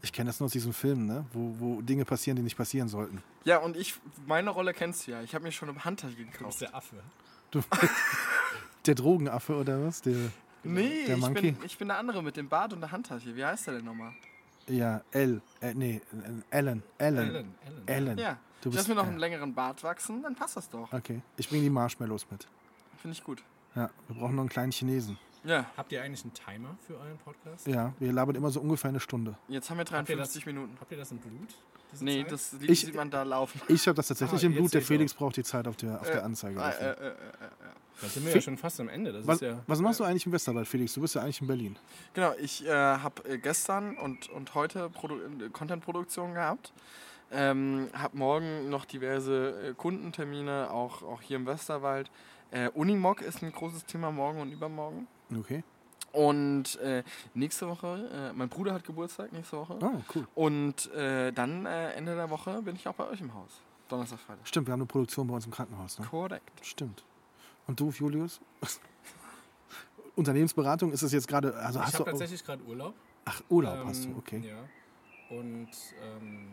Ich kenne das nur aus diesen Filmen, ne? wo, wo Dinge passieren, die nicht passieren sollten. ja und ich, meine Rolle kennst du ja. Ich habe mir schon eine Handtasche Du bist gekauft. der Affe. Du, [laughs] der Drogenaffe oder was? Der, Nee, Der ich bin, Monkey. ich bin der andere mit dem Bart und der Handtasche. Wie heißt der denn nochmal? ja, L. Äh, nee, äh, Alan. Alan. Ellen, Ellen. Alan. Ja. Du bist- Lass mir noch einen ja. längeren Bart wachsen, dann passt das doch. Okay. Ich bringe die Marshmallows mit. Finde ich gut. Ja, wir brauchen noch einen kleinen Chinesen. Ja, Habt ihr eigentlich einen Timer für euren Podcast? Ja, wir labern immer so ungefähr eine Stunde. jetzt haben wir ihr 53 Minuten. Habt ihr das im Blut? diese Nee, Zeit? das Lied Ich- sieht man da laufen. Ich habe das tatsächlich Ah, im Blut. jetzt Der seh ich's Felix braucht die Zeit auf der, auf der Anzeige. Äh, dafür. äh, äh, äh. Da sind wir ja schon fast am Ende. Das was, ist ja was machst du eigentlich im Westerwald, Felix? Du bist ja eigentlich in Berlin. Genau, ich äh, habe äh, gestern und, und heute Produ- äh, Content-Produktion gehabt. Ähm, habe morgen noch diverse äh, Kundentermine, auch, auch hier im Westerwald. Äh, Unimog ist ein großes Thema morgen und übermorgen. Okay. Und äh, nächste Woche, äh, mein Bruder hat Geburtstag nächste Woche. Oh, cool. Und äh, dann äh, Ende der Woche bin ich auch bei euch im Haus. Donnerstag, Freitag. Stimmt, wir haben eine Produktion bei uns im Krankenhaus. Ne? Korrekt. Stimmt. Und du, Julius? [laughs] Unternehmensberatung ist es jetzt gerade. Also Ich hast ähm,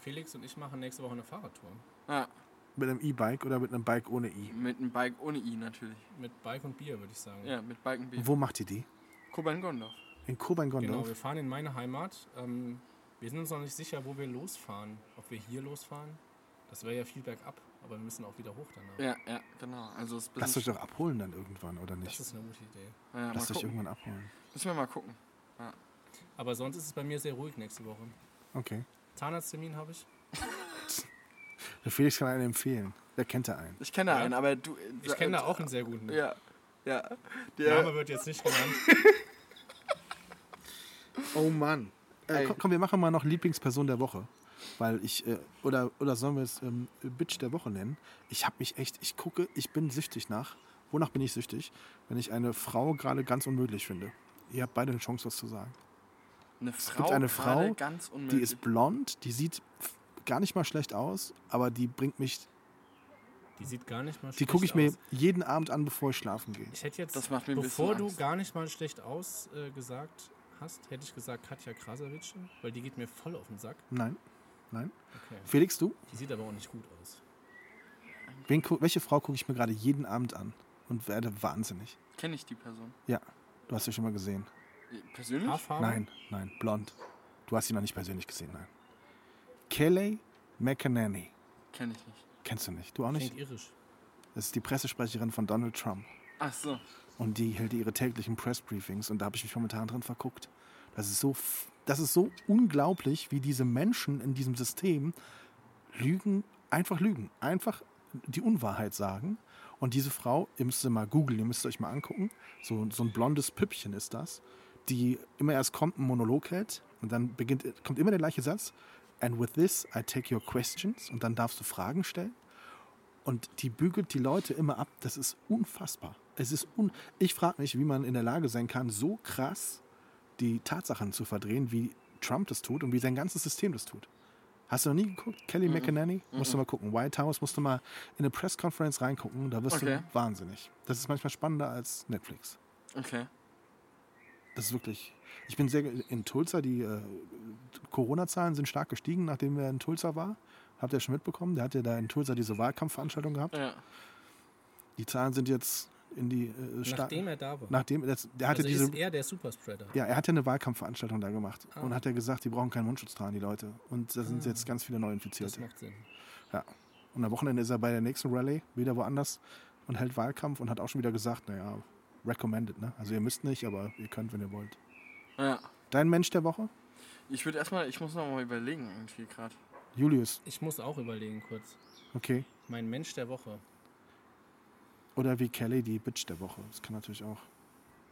Felix und ich machen nächste Woche eine Fahrradtour. Ja, Mit einem E-Bike oder mit einem Bike ohne I? mit einem Bike ohne I natürlich. Mit Bike und Bier, würde ich sagen. Ja, mit Bike und B. Wo macht ihr die? Kobangondorf. In Kobeingondorf? Genau, wir fahren in meine Heimat. Ähm, wir sind uns noch nicht sicher, wo wir losfahren. Ob wir hier losfahren. Das wäre ja viel bergab, aber wir müssen auch wieder hoch danach. Ja, ja, genau. Also es ist ein Lasst euch bisschen- doch abholen dann irgendwann, oder Das nicht? ist eine gute Idee. ja, mal Lasst euch gucken. irgendwann abholen. Müssen wir mal gucken. Aber sonst ist es bei mir sehr ruhig nächste Woche. Okay. Zahnarzttermin habe ich. Der Felix kann einen empfehlen. Der kennt da einen. Ich kenne Ja. einen, aber du. äh, Ich kenne da auch einen sehr guten. Ja, ja. Der Der, Name wird jetzt nicht genannt. Oh Mann. Äh, Ey. komm, komm, wir machen mal noch Lieblingsperson der Woche. Weil ich, äh, oder, oder sollen wir es ähm, Bitch der Woche nennen? Ich habe mich echt, ich gucke, ich bin süchtig nach. Wonach bin ich süchtig? Wenn ich eine Frau gerade ganz unmöglich finde. Ihr habt beide eine Chance, was zu sagen. eine gibt Frau, eine gerade Frau, ganz Die unmöglich. ist blond, die sieht gar nicht mal schlecht aus, aber die bringt mich, Die sieht gar nicht mal die schlecht gucke ich mir aus. jeden Abend an, bevor ich schlafen gehe. Ich hätte jetzt, Das macht mir ein bevor bisschen du Angst. gar nicht mal schlecht aus äh, gesagt hast, hätte ich gesagt Katja Krasavice, weil die geht mir voll auf den Sack. Nein, nein. Okay. Felix, du? Die sieht aber auch nicht gut aus. Wen, gu- welche Frau gucke ich mir gerade jeden Abend an und werde wahnsinnig? Kenne ich die Person? Ja, du hast sie schon mal gesehen. Persönlich? Haarfarbe? Nein, nein, blond. Du hast sie noch nicht persönlich gesehen, nein. Kelly McEnany. Kenne ich nicht. Kennst du nicht? Du auch Klingt nicht? irisch. Das ist die Pressesprecherin von Donald Trump. Ach so. Und die hält ihre täglichen Pressbriefings und da habe ich mich momentan drin verguckt. Das ist so, f- das ist so unglaublich, wie diese Menschen in diesem System lügen, einfach lügen, einfach die Unwahrheit sagen. Und diese Frau, ihr müsst sie mal googeln, ihr müsst euch mal angucken, so, so ein blondes Püppchen ist das, die immer erst kommt, einen Monolog hält und dann beginnt, kommt immer der gleiche Satz. And with this, I take your questions. Und dann darfst du Fragen stellen. Und die bügelt die Leute immer ab. Das ist unfassbar. Es ist un ich frage mich, wie man in der Lage sein kann, so krass die Tatsachen zu verdrehen, wie Trump das tut und wie sein ganzes System das tut. Hast du noch nie geguckt? Kelly McEnany? Musst du mal gucken. White House musst du mal in eine Presskonferenz reingucken. Da wirst Okay. du wahnsinnig. Das ist manchmal spannender als Netflix. Okay. Das ist wirklich. Ich bin sehr ge- in Tulsa. Die äh, Corona-Zahlen sind stark gestiegen, nachdem er in Tulsa war. Habt ihr schon mitbekommen? Der hat ja da in Tulsa diese Wahlkampfveranstaltung gehabt. Ja. Die Zahlen sind jetzt in die äh, Sta- Nachdem er da war. Nachdem das, der hatte also diese. ist Ah. er der Superspreader. Ja, er hatte eine Wahlkampfveranstaltung da gemacht und hat ja gesagt, die brauchen keinen Mundschutz tragen, die Leute. Und da sind jetzt ganz viele Ah. Das Neuinfizierte. macht Sinn. Ja. Und am Wochenende ist er bei der nächsten Rallye wieder woanders und hält Wahlkampf und hat auch schon wieder gesagt, naja, recommended, ne? Also ihr müsst nicht, aber ihr könnt, wenn ihr wollt. Ja. Dein Mensch der Woche? Ich würde erstmal, ich muss noch mal überlegen irgendwie gerade. Julius, Ich muss auch überlegen kurz. okay. Mein Mensch der Woche. Oder wie Kelly die Bitch der Woche. Das kann natürlich auch.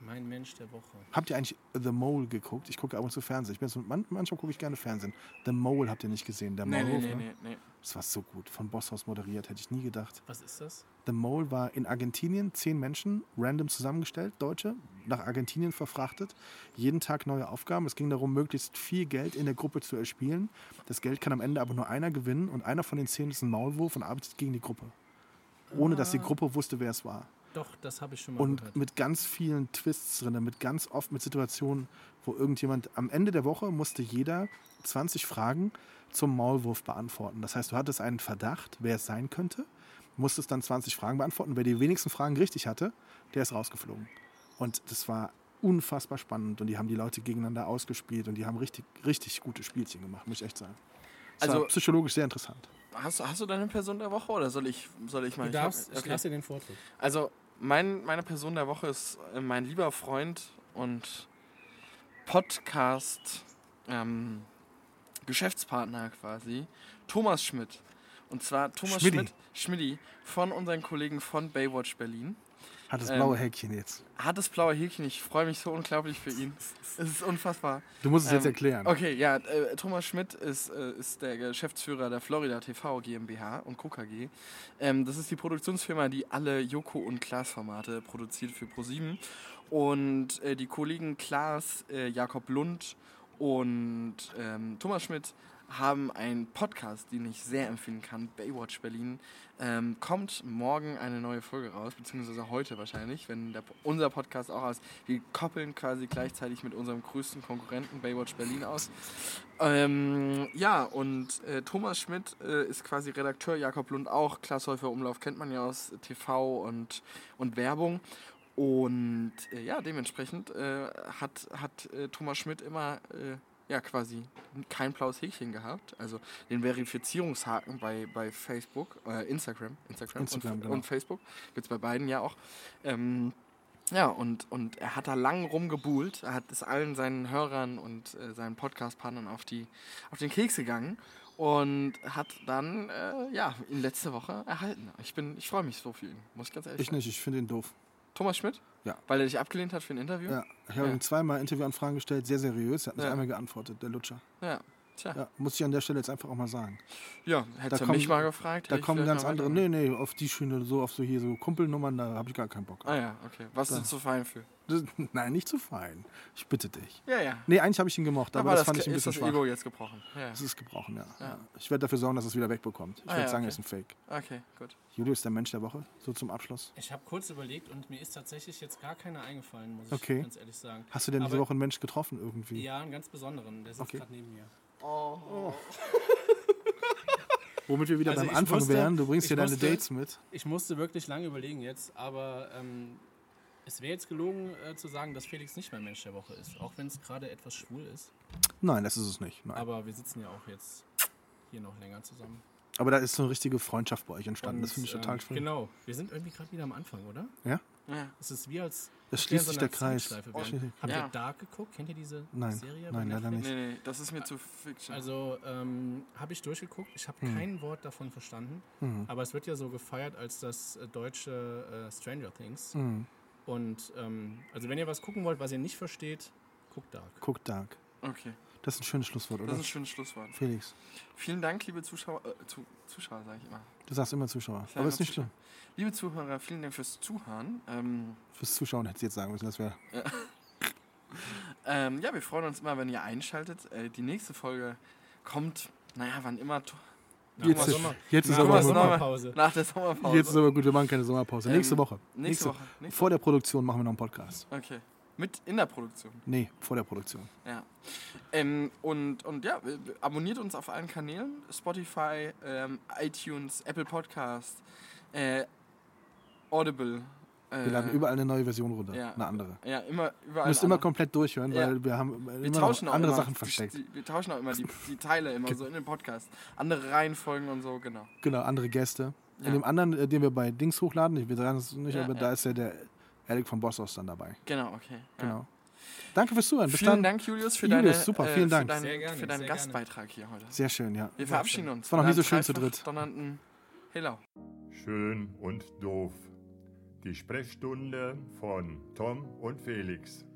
Mein Mensch der Woche. Habt ihr eigentlich The Mole geguckt? Ich gucke ab und zu Fernsehen. Ich bin so, man, manchmal gucke ich gerne Fernsehen. The Mole habt ihr nicht gesehen. Der Nee, nee, Maulwurf, nee, ne? nee, nee. Das war so gut. Von Bosshaus moderiert. Hätte ich nie gedacht. Was ist das? The Mole war in Argentinien zehn Menschen random zusammengestellt, Deutsche, nach Argentinien verfrachtet. Jeden Tag neue Aufgaben. Es ging darum, möglichst viel Geld in der Gruppe zu erspielen. Das Geld kann am Ende aber nur einer gewinnen und einer von den zehn ist ein Maulwurf und arbeitet gegen die Gruppe. Ohne dass die Gruppe wusste, wer es war. Doch, das habe ich schon mal Und gehört. mit ganz vielen Twists drin, ne? mit ganz oft mit Situationen, wo irgendjemand am Ende der Woche musste jeder 20 Fragen zum Maulwurf beantworten. Das heißt, du hattest einen Verdacht, wer es sein könnte, musstest dann 20 Fragen beantworten. Wer die wenigsten Fragen richtig hatte, der ist rausgeflogen. Und das war unfassbar spannend und die haben die Leute gegeneinander ausgespielt und die haben richtig, richtig gute Spielchen gemacht, muss ich echt sagen. Das also Also- war psychologisch sehr interessant. Hast, du- hast du deine Person der Woche oder soll ich, soll ich mal? du Ich darfst, hab- ich lasse dir den Vortritt. Also, mein, meine Person der Woche ist äh, mein lieber Freund und Podcast ähm, Geschäftspartner quasi, Thomas Schmidt. Und zwar Thomas Schmidti. Schmidt, Schmidti von unseren Kollegen von Baywatch Berlin. Hat das Ähm, blaue Häkchen jetzt. Hat das blaue Häkchen, ich freue mich so unglaublich für ihn. Es ist unfassbar. Du musst es jetzt Ähm, erklären. Okay, ja, äh, Thomas Schmidt ist, äh, ist der Geschäftsführer der Florida TV GmbH und KKG. Ähm, das ist die Produktionsfirma, die alle Joko und Klaas Formate produziert für ProSieben. Und äh, die Kollegen Klaas, äh, Jakob Lund und ähm, Thomas Schmidt haben einen Podcast, den ich sehr empfehlen kann, Baywatch Berlin. Ähm, kommt morgen eine neue Folge raus, beziehungsweise heute wahrscheinlich, wenn der, unser Podcast auch aus. Wir koppeln quasi gleichzeitig mit unserem größten Konkurrenten Baywatch Berlin aus. Ähm, ja, und äh, Thomas Schmidt äh, ist quasi Redakteur, Jakob Lund auch. Klaas Häufer Umlauf kennt man ja aus TV und, und Werbung. Und äh, ja, dementsprechend äh, hat, hat äh, Thomas Schmidt immer äh, ja quasi kein blaues Häkchen gehabt. Also den Verifizierungshaken bei, bei Facebook, äh, Instagram, Instagram, Instagram, und, genau. und Facebook. Gibt es bei beiden ja auch. Ähm, ja, und, und er hat da lang rumgebuhlt. Er hat es allen seinen Hörern und äh, seinen Podcast-Partnern auf, die, auf den Keks gegangen und hat dann, äh, ja, ihn letzte Woche erhalten. Ich, bin- ich freue mich so für ihn, muss ich ganz ehrlich Ich nicht, ich finde ihn doof. Thomas Schmidt? Ja. Weil er dich abgelehnt hat für ein Interview? Ja, ich habe Ja. ihm zweimal Interviewanfragen gestellt, sehr seriös. Er hat nicht Ja. einmal geantwortet, der Lutscher. Ja. Tja. Ja, Ja, muss ich an der Stelle jetzt einfach auch mal sagen. hättest du kommen- mich mal gefragt. Da hätte ich kommen vielleicht ganz mal andere, weitergemacht. nee, nee, auf die Schiene, so auf so hier so Kumpelnummern, da habe ich gar keinen Bock. Ah ja, okay. Was du zu fein für? Das, [laughs] nein, nicht zu fein. Ich bitte dich. Ja, ja. Nee, eigentlich habe ich ihn gemocht, aber, das, fand ich ein ist bisschen das schwach. Ego jetzt gebrochen. Ja, Das ist gebrochen, ja. ja. Ich werde dafür sorgen, dass er es wieder wegbekommt. Ich Ah, würde ja, sagen, er okay. ist ein Fake. ja. Okay, gut. Julius, der Mensch der Woche, so zum Abschluss. Ich habe kurz überlegt und mir ist tatsächlich jetzt gar keiner eingefallen, muss ich Okay. ganz ehrlich sagen. Hast du denn diese Aber- Woche einen Mensch getroffen irgendwie? Ja, einen ganz besonderen, der sitzt Okay. gerade neben mir. Womit wir wieder Also beim ich Anfang wusste- wären, du bringst ich hier deine wusste- Dates mit. Ich musste wirklich lange überlegen jetzt, aber ähm, es wäre jetzt gelogen äh, zu sagen, dass Felix nicht mein Mensch der Woche ist, auch wenn es gerade etwas schwul ist. Nein, das ist es nicht. Nein. Aber, Aber wir sitzen ja auch jetzt hier noch länger zusammen. da ist so eine richtige Freundschaft bei euch entstanden. das Und, finde ich total ähm, schön. Genau, wir sind irgendwie gerade wieder am Anfang, oder? Ja? Ja. Es ist wie als. Es als wäre schließt sich so der eine Kreis. Zeitschleife Oh, werden. Habt ja. ihr Dark geguckt? Kennt ihr diese Nein, Serie? bei nein, leider Netflix? nicht. Nee, nee, das ist mir zu Fiction. Also ähm, habe ich durchgeguckt, ich Hm. habe kein Wort davon verstanden, Mhm. aber es wird ja so gefeiert als das äh, deutsche äh, Stranger Things. Mhm. Und ähm, also wenn ihr was gucken wollt, was ihr nicht versteht, guckt Dark. Guck, Dark. okay, Das ist ein schönes Schlusswort, das oder? ist ein schönes Schlusswort. Felix, Vielen Dank, liebe Zuschauer, äh, zu, Zuschauer sage ich immer. du sagst immer Zuschauer. sag Aber immer ist nicht Zuschauer. schlimm. Liebe Zuhörer, vielen Dank fürs Zuhören. Ähm, Fürs Zuschauen hätte ich jetzt sagen müssen, das wäre. Ähm, ja, wir freuen uns immer, wenn ihr einschaltet. Äh, die nächste Folge kommt, naja, wann immer. to- Nach Jetzt, der ist- Sommer- jetzt ist nach der aber Thomas, gut. Sommer- Sommerpause. Nach der Sommerpause. Jetzt ist aber gut, wir machen keine Sommerpause. Ähm, nächste Woche. nächste Woche. Nächste Vor der Produktion machen wir noch einen Podcast. Okay. Mit in der Produktion. Nee, vor der Produktion. Ja. Ähm, und, und ja, w- w- abonniert uns auf allen Kanälen: Spotify, ähm, iTunes, Apple Podcast, äh, Audible. Äh, Wir laden überall eine neue Version runter. ja. Eine andere. Ja, immer, Ihr überall. müsst immer andere. komplett durchhören, Ja. weil wir haben wir immer noch tauschen auch andere immer Sachen die- versteckt. Die, wir tauschen auch immer die, die Teile immer so in den Podcast. Andere Reihenfolgen und so, genau. Genau, andere Gäste. Ja. In dem anderen, äh, den wir bei Dings hochladen, ich will sagen es nicht, Ja, aber ja. da ist ja der Eric von Bossos dann dabei. Genau, okay. Ja. Genau. Danke fürs Zuhören. Bis vielen dann. Dank, Julius, für Julius, deine, äh, super, vielen Dank. Für deinen, Sehr gerne, für deinen sehr Gastbeitrag hier heute. Sehr schön, ja. Wir verabschieden uns. Es war noch nie mit so schön einem zu dreifach dritt. Donnernden Hello. Schön und doof. Die Sprechstunde von Tom und Felix.